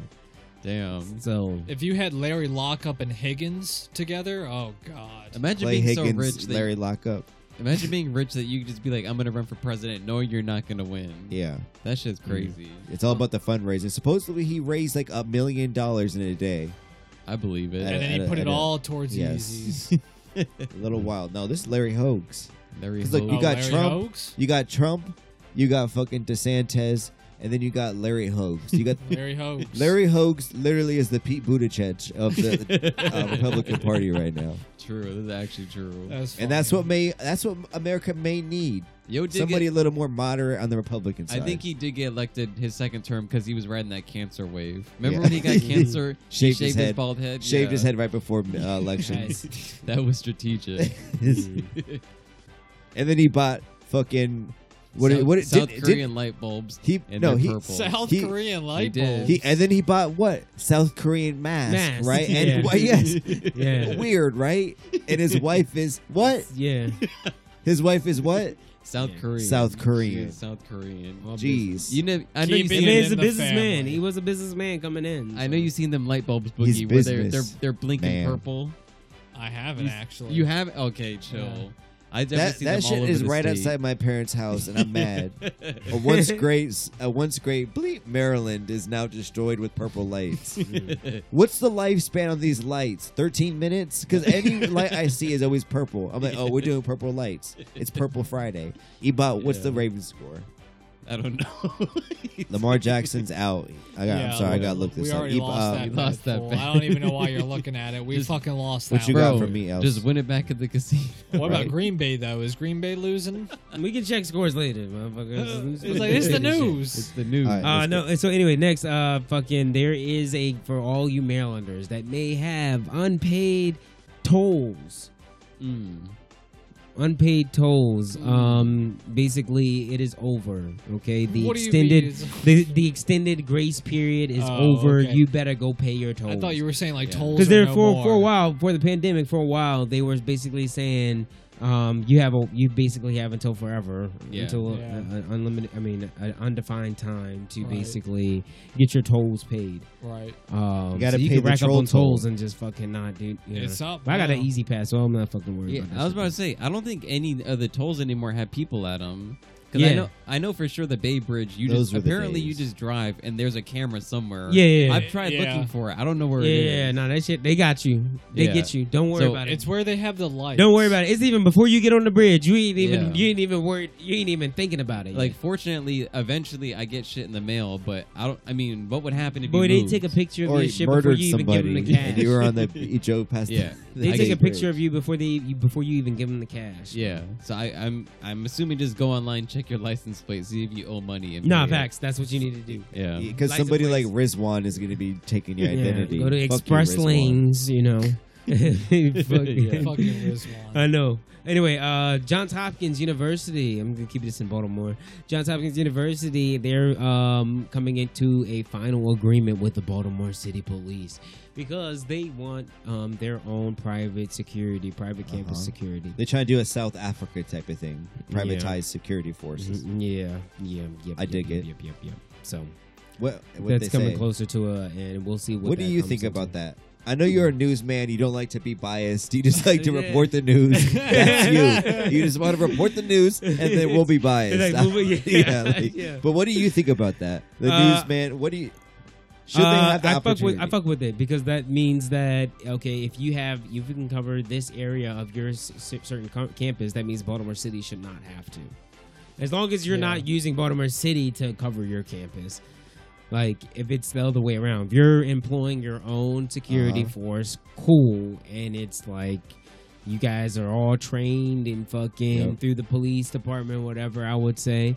Damn. So If you had Larry Lockup and Higgins together, oh god. Imagine Clay being Higgins, so rich. That, Larry Lockup. Imagine being rich that you could just be like, I'm gonna run for president. No, you're not gonna win. Yeah, Mm. That shit's crazy. it's all about the fundraising. Supposedly, he raised like a million dollars in a day. I believe it. I- And then I- he put I it don't- all towards Yes. Yeezys. A little wild. No, this is Larry Hoax. Larry 'Cause, like, you Hogan. Oh, got Larry Trump. Hoax? You got Trump. You got fucking DeSantis, and then you got Larry Hoax. You got Larry Hoax. Larry Hoax. Literally, is the Pete Buttigieg of the uh, Republican Party right now, True. This is actually true. That's and that's funny. what may that's what America may need. Yo, did Somebody get- a little more moderate on the Republican I side. think he did get elected his second term because he was riding that cancer wave. Remember Yeah. when he got cancer? he Shaved his shaved his, head. bald head. shaved Yeah. his head right before uh, elections. guys, That was strategic. and then he bought fucking what? South, did- what did- South did, Korean light bulbs? He- and no, they're he- purple. South He- Korean light did. did, bulb. he and then he bought what South Korean mask, Mask, right? And yeah. wh- yes, yeah, weird, right? And his wife is what? yeah. His wife is what? South Yeah. Korean. South Korean. She is South Korean. Jeez. You know, I know Keep you The it seen in man's a the businessman. family. He was a businessman coming in. I know you seen them light bulbs, He's Boogie, where they're they're business they're blinking man. purple. I haven't actually. You have okay, chill. I definitely That seen that them all shit over is the right state. outside my parents' house, and I'm mad. a once great, a once great bleep Maryland is now destroyed with purple lights. What's the lifespan on these lights? Thirteen minutes? Because any light I see is always purple. I'm like, oh, we're doing purple lights. It's Purple Friday. Ebot, what's the Ravens score? I don't know. Lamar Jackson's out. I got. Yeah, I'm sorry, I we- got to look this we up. already Eb- uh, lost that. we bet, lost that fool. bet. I don't even know why you're looking at it. We Just- fucking lost what that. you one. got Bro, for me else? Just win it back at the casino. What Right. about Green Bay though? Is Green Bay losing? We can check scores later, motherfucker. it's like it's the news. It's the news. All right. Uh, Let's no. and So anyway, next, uh, fucking, there is a for all you Marylanders that may have unpaid tolls. Mm. Unpaid tolls. Um, basically, it is over. Okay, the What do you mean extended it's- the, the extended grace period is Oh, over. okay. You better go pay your tolls. I thought you were saying like Yeah. tolls. because are they're no for more. for a while before the pandemic. For a while, they were basically saying, um, you have a you basically have until forever, Yeah. until a- Yeah. an unlimited. I mean, an undefined time to Right. basically get your tolls paid. Right. Um, You gotta so you pay can the rack up troll on tolls toll. and just fucking not, dude. Yeah. It's up But I got an now. easy pass, so I'm not fucking worried Yeah, about that. I was shit. about to say I don't think any of the tolls anymore have people at them. Because Yeah. I know, I know for sure the Bay Bridge. You Those just were the apparently you days. just drive and there's a camera somewhere. Yeah, yeah, yeah. I've tried Yeah. looking for it. I don't know where yeah, it yeah, is. no, that shit, they got you. They Yeah. get you. Don't worry So about it. It's where they have the lights. Don't worry about it. It's even before you get on the bridge. You ain't even, Yeah. you ain't even worried. You ain't even thinking about it. Like yet. fortunately, eventually I get shit in the mail, but I don't. I mean, what would happen if boy, you they moved? take a picture of or your he shit before murdered you even give them somebody, the cash. and you were on the you drove past. the- Yeah. the they take gate a picture bridge. of you before they you- before you even give them the cash. Yeah, so I, I'm I'm assuming just go online, check your license plate, see if you owe money. And Nah, pay it. facts. That's what you need to do. Yeah, because License somebody like plates. Rizwan is going to be taking your Yeah, identity. Go to Fuck you, express Rizwan. lanes. You know. Fucking Fucking- Rizwan. I know. Anyway, uh, Johns Hopkins University. I'm gonna keep this in Baltimore. Johns Hopkins University. They're um, coming into a final agreement with the Baltimore City Police because they want um, their own private security, private campus Uh-huh. security. They're trying to do a South Africa type of thing, Yeah. privatized security forces. Mhm. Yeah, yeah, yeah. I dig yep, it. Yep, yep, yep. So What what they that's coming say? closer to a, and we'll see what. What, do that you comes think into. about that? I know you're a newsman. You don't like to be biased. You just like to Yeah. report the news. That's you. You just want to report the news, and then we'll be biased. Like, we'll be- yeah, like- yeah. But what do you think about that? The Uh, newsman. What do you? Should they Uh, have the I fuck opportunity? with I fuck with it because that means that okay, if you have if you can cover this area of your s- s- certain com- campus, that means Baltimore City should not have to. As long as you're Yeah. not using Baltimore City to cover your campus. Like if it's the other way around, if you're employing your own security Uh-huh. force, cool, and it's like you guys are all trained and fucking Yep. through the police department, whatever. I would say,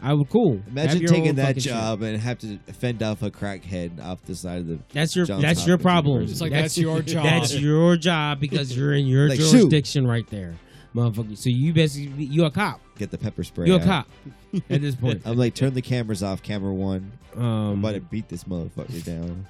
I would cool. Have Imagine your own taking that fucking shit. job and have to fend off a crackhead off the side of the. That's your Johns that's your Hopkins problem. University. It's like that's, your job. That's your job because you're in your Like, shoot. jurisdiction right there, motherfucker. So you basically you're a cop. Get the pepper spray. You're a out. cop at this point. I'm like, turn the cameras off, camera one. I'm Um, about to beat this motherfucker down.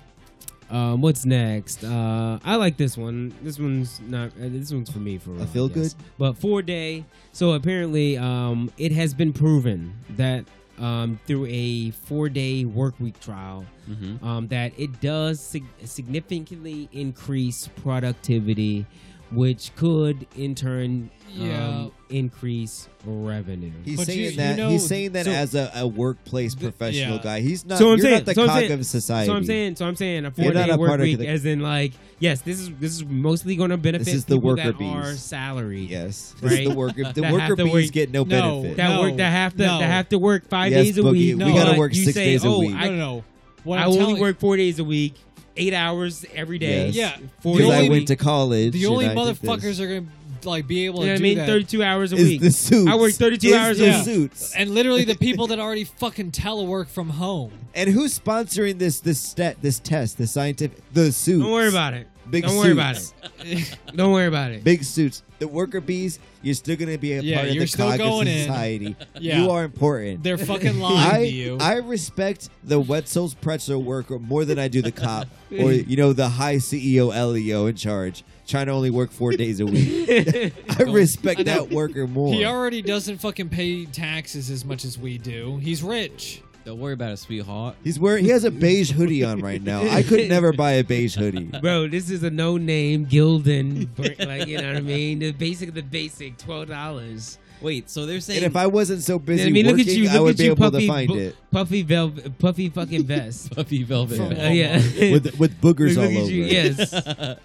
um, what's next? Uh, I like this one. This one's not. Uh, this one's for me for real. I feel guess. good. But four day. So apparently, um, it has been proven that um, through a four day work week trial, Mhm. Mm-hmm. um, that it does sig- significantly increase productivity, which could in turn um, Yeah. increase revenue. He's But saying you- you that know- he's saying that so- as a, a workplace professional yeah. guy. He's not. So I'm you're saying- not the so I'm cock saying- of society. So I'm saying, so I'm saying a You're four not day a work part of week, the- as in like, yes, this is this is mostly going to benefit is the people worker that bees. are salaried. yes, Right? this is the worker. The That worker have to bees work- get no, No, benefit. That No, work that have to no. that have to work five Yes, days a Boogie, week. we gotta but work you six say, days a oh, week." I I, don't know. What I I'm only telling- work four days a week, eight hours every day. Yes. Yeah, four The because days. I only- went to college. The only and I did this. motherfuckers are gonna like be able you know what to I do mean? that. Thirty-two hours a is week. the suits. I work 32 Is hours a the week. suits. and literally the people that already fucking telework from home. And who's sponsoring this this stat this test? The scientific the suits. Don't worry about it. Big Don't worry about suits. it. Don't worry about it. Big suits. The worker bees. You're still gonna be a Yeah, part of you're the still cog going of in. society. Yeah. You are important. They're fucking lying I, to you. I respect the Wetzel's pretzel worker more than I do the cop or you know the high E CEO Leo in charge trying to only work four days a week. I respect that worker more. he already doesn't fucking pay taxes as much as we do. He's rich. Don't worry about it, sweetheart. He's wearing he has a beige hoodie on right now. I could never buy a beige hoodie. Bro, this is a no-name Gildan, like you know what I mean. The basic, the basic, twelve dollars. Wait, so they're saying And if I wasn't so busy I mean, look working, at you, I look would at be you, able to puffy, find bu- it Oh, puffy, velvet, puffy fucking vest. puffy velvet. From- Uh, yeah, with with boogers Look all at over. you, it. Yes.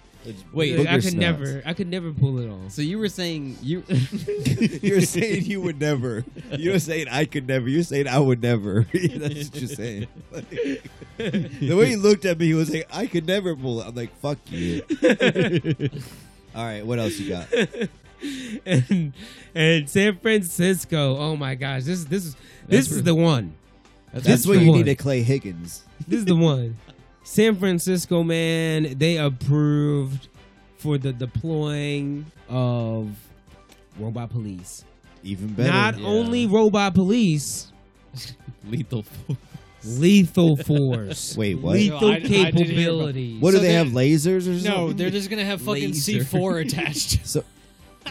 Wait, Booger I could snouts. never, I could never pull it off. so you were saying you You're saying you would never. You're saying I could never. You're saying I would never. That's what you're saying. the way he looked at me, he was like, I could never pull it. I'm like, fuck you. All right, what else you got? and, and San Francisco. Oh my gosh, this this is this is the one. That's This what the you one. need to Clay Higgins. This is the one. San Francisco, man, they approved for the deploying of robot police. Even better. Not yeah. only robot police, lethal force. lethal force. Wait, what? Lethal Lethal I- I didn't hear about- capabilities. what do So they they- have lasers or something? No, they're just gonna have fucking Laser. C4 attached. So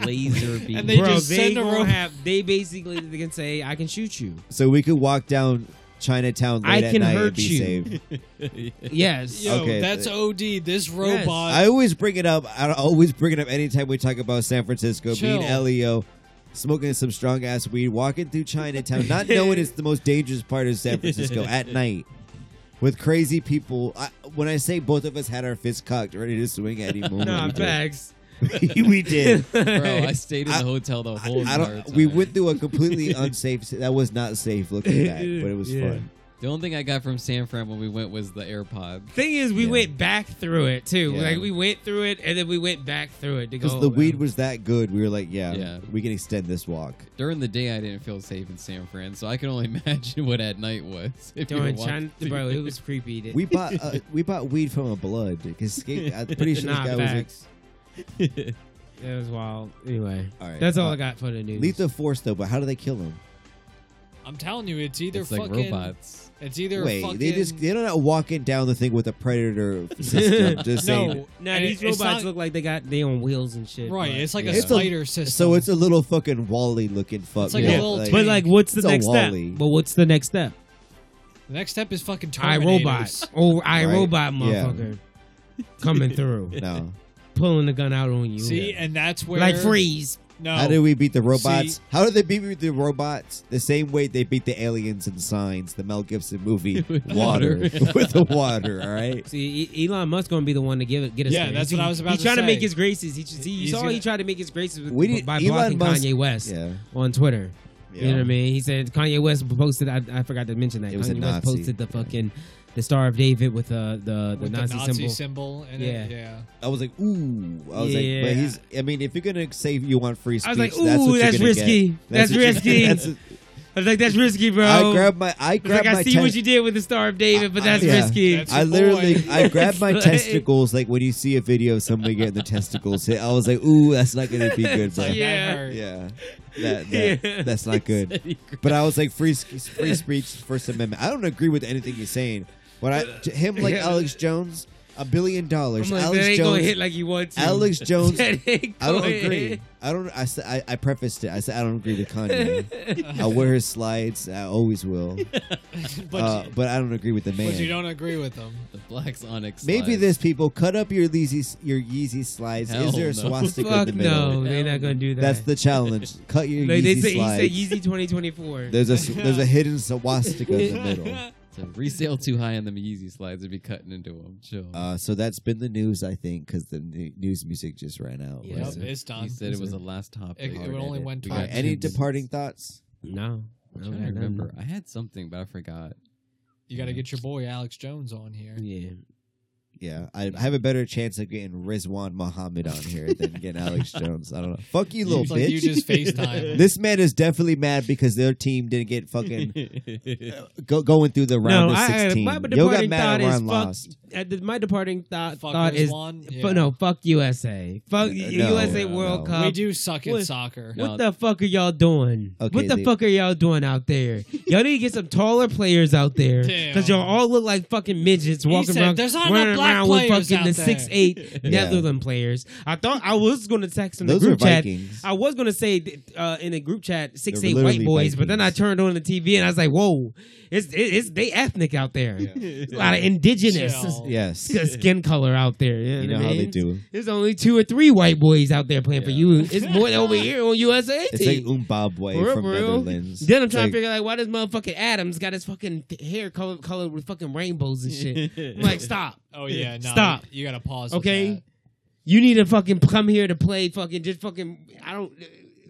laser beam. And they Bro, just they send a gonna robot. have. They basically they can say, "I can shoot you." so we could walk down Chinatown late I at can night hurt and be you. safe. Yes. Yo, Okay. uh, that's OD. This robot. I always bring it up. I always bring it up anytime we talk about San Francisco. Me Chill. and Elio smoking some strong ass weed, walking through Chinatown, not knowing it's the most dangerous part of San Francisco at night. With crazy people, I, when I say both of us had our fists cocked, ready to swing at any moment, No, we did. facts. we did. Bro, I stayed in the I- hotel the I, whole I entire don't. time. We went through a completely unsafe. That was not safe looking back, but it was Yeah. fun. The only thing I got from San Fran when we went was the AirPods. Thing is, we Yeah. went back through it too. Yeah. Like we went through it, and then we went back through it to go. Because the weed man. was that good, we were like, yeah, Oh, Yeah. we can extend this walk. During the day, I didn't feel safe in San Fran, so I can only imagine what at night was. If you during walked China, through bro. It there. was creepy. dude. We bought uh, we bought weed from a blood because I'm pretty sure nah, this guy was like, facts. it was wild. Anyway, All right. that's all Uh, I got for the news. Lethal force though, but how do they kill him? I'm telling you, it's either It's like fucking. robots. It's either Wait, fucking. they just they don't not walking down the thing with a predator system. just saying. no. Nah, and these it- it's robots not- look like they got they on wheels and shit. right. but- It's like yeah. a It's a- spider system. So it's a little fucking Wally looking fuck. It's like a yeah, little but like, what's the It's a next step? Wall-E. But what's the next step? the next step is fucking I Terminators. robot. Oh, I Right? robot, Yeah. motherfucker, coming through, no. pulling the gun out on you. See, and that's where like freeze. No, How do we beat the robots? See- How did they beat the robots? The same way they beat the aliens in Signs, the Mel Gibson movie, water with the water. All right. See, E- Elon Musk gonna be the one to give it, get us. Yeah, there. that's See, what I was about He's to trying to say. make his graces. He, just, he you He's saw he gonna- tried to make his graces with, We did- by Elon blocking Musk- Kanye West Yeah. on Twitter. yeah. You know what I mean? He said Kanye West posted. I, I forgot to mention that It was a Kanye West Nazi. posted the fucking the Star of David with uh, the the with Nazi, the Nazi symbol. symbol. in it. Yeah. yeah. I was like, ooh. I was like, Yeah. but he's. I mean, if you're gonna say you want free speech, I was like, that's, what "Ooh, you're that's gonna risky. get. That's what you're- risky." that's- I was like, that's risky, bro. I grabbed my I It's like, grabbed I my see ten- what you did with the Star of David, but that's Yeah. risky. That's- I literally boy. I grabbed my It's like- testicles like when you see a video of somebody getting the testicles hit. I was like, ooh, that's not gonna be good, bro. Yeah. Yeah. That, that Yeah. that's not good. But I was like free sp- free speech First Amendment. I don't agree with anything he's saying. But I to him like Yeah. Alex Jones, a billion dollars. I'm like, that Alex ain't gonna hit Jones. like you want to. Alex Jones. That ain't I don't gonna agree. hit. I don't. I, said- I I prefaced it. I said I don't agree with Kanye. I wear his slides. I always will. But, uh, you, but I don't agree with the man. but you don't agree with them. The Black Sonic. Maybe slides. this people cut up your Yeezy your Yeezy slides. Hell Is there a no. swastika Fuck in the middle? no, they're not gonna do that. That's the challenge. Cut your like they Yeezy say. slides. He said Yeezy 2024. there's a s- there's a hidden swastika in the middle. So resale too high on the Yeezy slides would be cutting into them. Chill. Uh, so that's been the news, I think, because the new- news music just ran out. Yep. wasn't it? it's done. he said it was the last It, topic. it only went We All right, twice. got any two minutes. departing thoughts? No, I I'm trying to remember. I had something, but I forgot. You got to get your boy Alex Jones on here. Yeah, Yeah, I, I have a better chance of getting Rizwan Muhammad on here than getting Alex Jones. I don't know. Fuck you, little It's like bitch. you just FaceTime. this man is definitely mad because their team didn't get fucking go, going through the round no, of I, sixteen. my Yo got departing mad at thought is Ron fuck. lost. uh, th- My departing thought Fuck thought is, Rizwan, fu- yeah. no, fuck USA, fuck No, USA no, World no. Cup. we do suck at what- soccer. No. What the fuck are y'all doing? Okay, what the they- fuck are y'all doing out there? y'all need to get some taller players out there Damn. because y'all all look like fucking midgets walking said, around, "There's not running enough black around with players fucking out the there." six eight Yeah. Netherland players. I thought I was going to text in the Those are group chat. Vikings. I was going to say uh, in the group chat six They're eight white literally boys, but then I Vikings. turned on the TV and I was like, whoa, it's it, it's they ethnic out there. It's a lot of indigenous Chill. Yes, skin color out there. You know, you know what I how they mean? do. There's only two or three white boys out there playing for Yeah. you. It's more than over here on USA It's like team. Umbabwe For real, from for real. Netherlands. then I'm It's trying like, to figure out like why does motherfucking Adams got his fucking hair color colored with fucking rainbows and shit. I'm like, stop. Oh yeah, no, Stop. You got to pause. with Okay. that. You need to fucking come here to play fucking just fucking I don't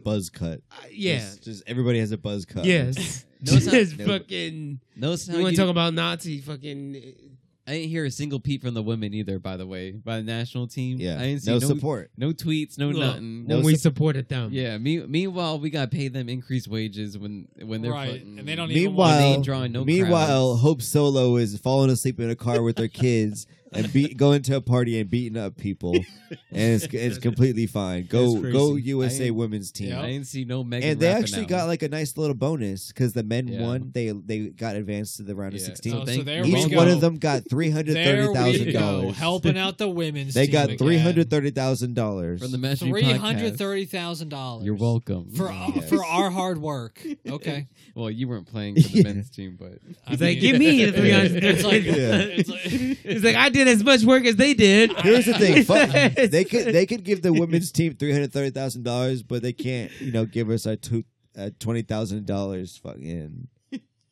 buzz cut. uh, yeah. Just, just everybody has a buzz cut. Yes. No, it's not- just no. fucking Notice how you want you- to talk about Nazi fucking uh, I didn't hear a single peep from the women either. By the way, by the national team. Yeah. I didn't see no, support. No tweets. No Look, nothing. No when we sup- supported them. Yeah. Me, meanwhile, we got to pay them increased wages when when they're right, fucking- and they don't even. Meanwhile, want- They ain't drawing no meanwhile, crowds. Hope Solo is falling asleep in a car with her kids and be, going to a party and beating up people, and it's, it's completely fine. Go That's crazy. go USA I- women's team. Yeah. I didn't see no Megan. And they Rapinoe. actually got like a nice little bonus because the men Yeah. won. They they got advanced to the round of Yeah. sixteen. Oh, so Thank- there Each we go. one of them got three hundred There thirty we thousand go, dollars. helping out the women's. They team got again. three hundred thirty thousand dollars. from the Magic Three hundred thirty thousand dollars. You're welcome. for Yeah. for our hard work. Okay, well, you weren't playing for the men's team, but I He's mean, like, give me the three hundred. It's like, Yeah. it's like He's like, I did as much work as they did. Here's the thing. Fuck, they could they could give the women's team three hundred thirty thousand dollars, but they can't you know give us our two. Uh, twenty thousand dollars, fucking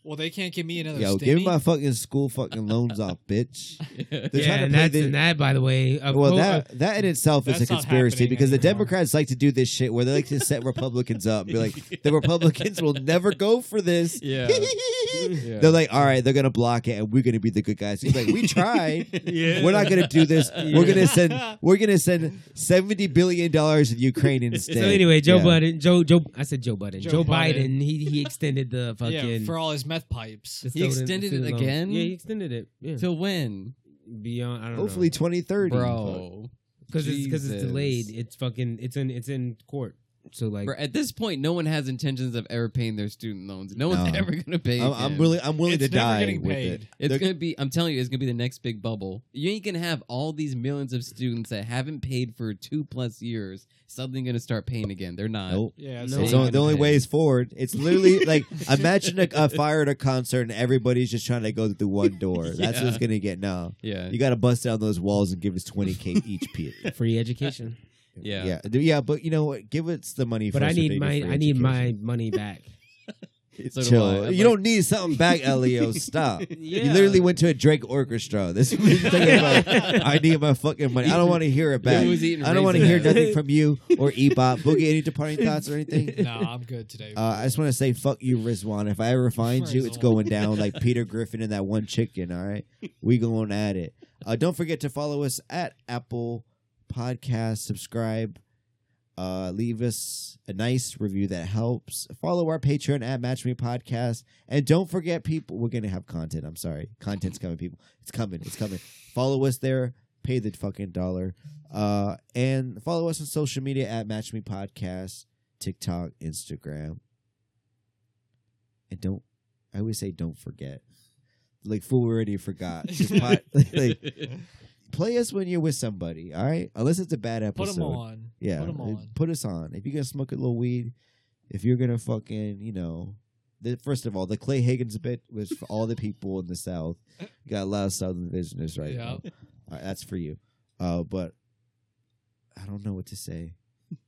well, they can't give me another. yo, stimmy. give my fucking school fucking loans off, bitch. They're trying yeah, and to play that's the, and that, by the way. of well, course- that that in itself is a That's not conspiracy happening because the anymore. Democrats like to do this shit where they like to set Republicans up and be like, the Republicans will never go for this. yeah. Yeah. They're like, all right, they're gonna block it, and we're gonna be the good guys. He's like, we tried. yeah. We're not gonna do this. We're Yeah. gonna send. We're gonna send seventy billion dollars in Ukraine instead. So anyway, Joe Yeah. Budden, Joe Joe, I said Joe Budden, Joe Joe, Biden, Budden. he he extended the yeah, fucking. for all his meth pipes. the He student- extended student it loans. again? Yeah, he extended it. Yeah. Till when, Beyond, I don't Hopefully, twenty thirty, bro? because it's because it's Jesus. delayed. It's fucking. It's in. It's in court. So like, Bro, at this point, no one has intentions of ever paying their student loans. No one's No. ever gonna pay. I'm, I'm again. really, I'm willing It's to never die getting with paid. it. It's They're- gonna be. I'm telling you, it's gonna be the next big bubble. You ain't gonna have all these millions of students that haven't paid for two plus years suddenly gonna start paying again. They're not. Nope. Yeah, No. so- It's Yeah. only, the only way is forward. It's literally like imagine a, a fire at a concert and everybody's just trying to go through one door. That's what's gonna get now. Yeah. You got to bust down those walls and give us twenty k each piece. free education. Yeah. yeah, D- yeah. But you know what? Give us the money. But first I if need they my. free I need my education. money back. So do I. Chill. I'm you like- don't need something back, Elio. Stop. You Yeah. literally went to a Drake orchestra. This is what you're talking about. I need my fucking money. I don't want to hear it back. He was eating I don't want to hear Raisin nothing from you or Ebot. Boogie, any departing thoughts or anything? no, I'm good today. Uh, I just want to say, fuck you, Rizwan. If I ever find you, it's Rizwan. going down like Peter Griffin and that one chicken. All right, we going at it. Uh, don't forget to follow us at Apple Podcast. Subscribe. Uh, leave us a nice review that helps. Follow our Patreon at Match Me Podcast. And don't forget, people, we're going to have content. I'm sorry. Content's coming, people. It's coming. It's coming. Follow us there. Pay the fucking dollar. Uh, and follow us on social media at Match Me Podcast, TikTok, Instagram. And don't, I always say don't forget. Like, fool, we already forgot. Just pot, like, play us when you're with somebody, all right? Unless it's a bad Put episode. them on. Yeah, Put 'em uh, on. put us on. If you're gonna smoke a little weed, if you're gonna fucking, you know, the, first of all, the Clay Higgins bit was for all the people in the South. You got a lot of Southern visioners right Yeah. now. All right, that's for you. Uh, but I don't know what to say.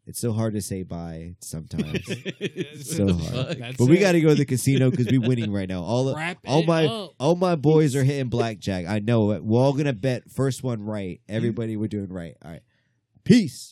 It's so hard to say bye sometimes. So The hard. fuck? That's but we it. got to go to the casino because we're winning right now. All Wrap all it my- up. all my boys are hitting blackjack. I know it. We're all gonna bet first one right. Everybody, we're doing right. All right. Peace.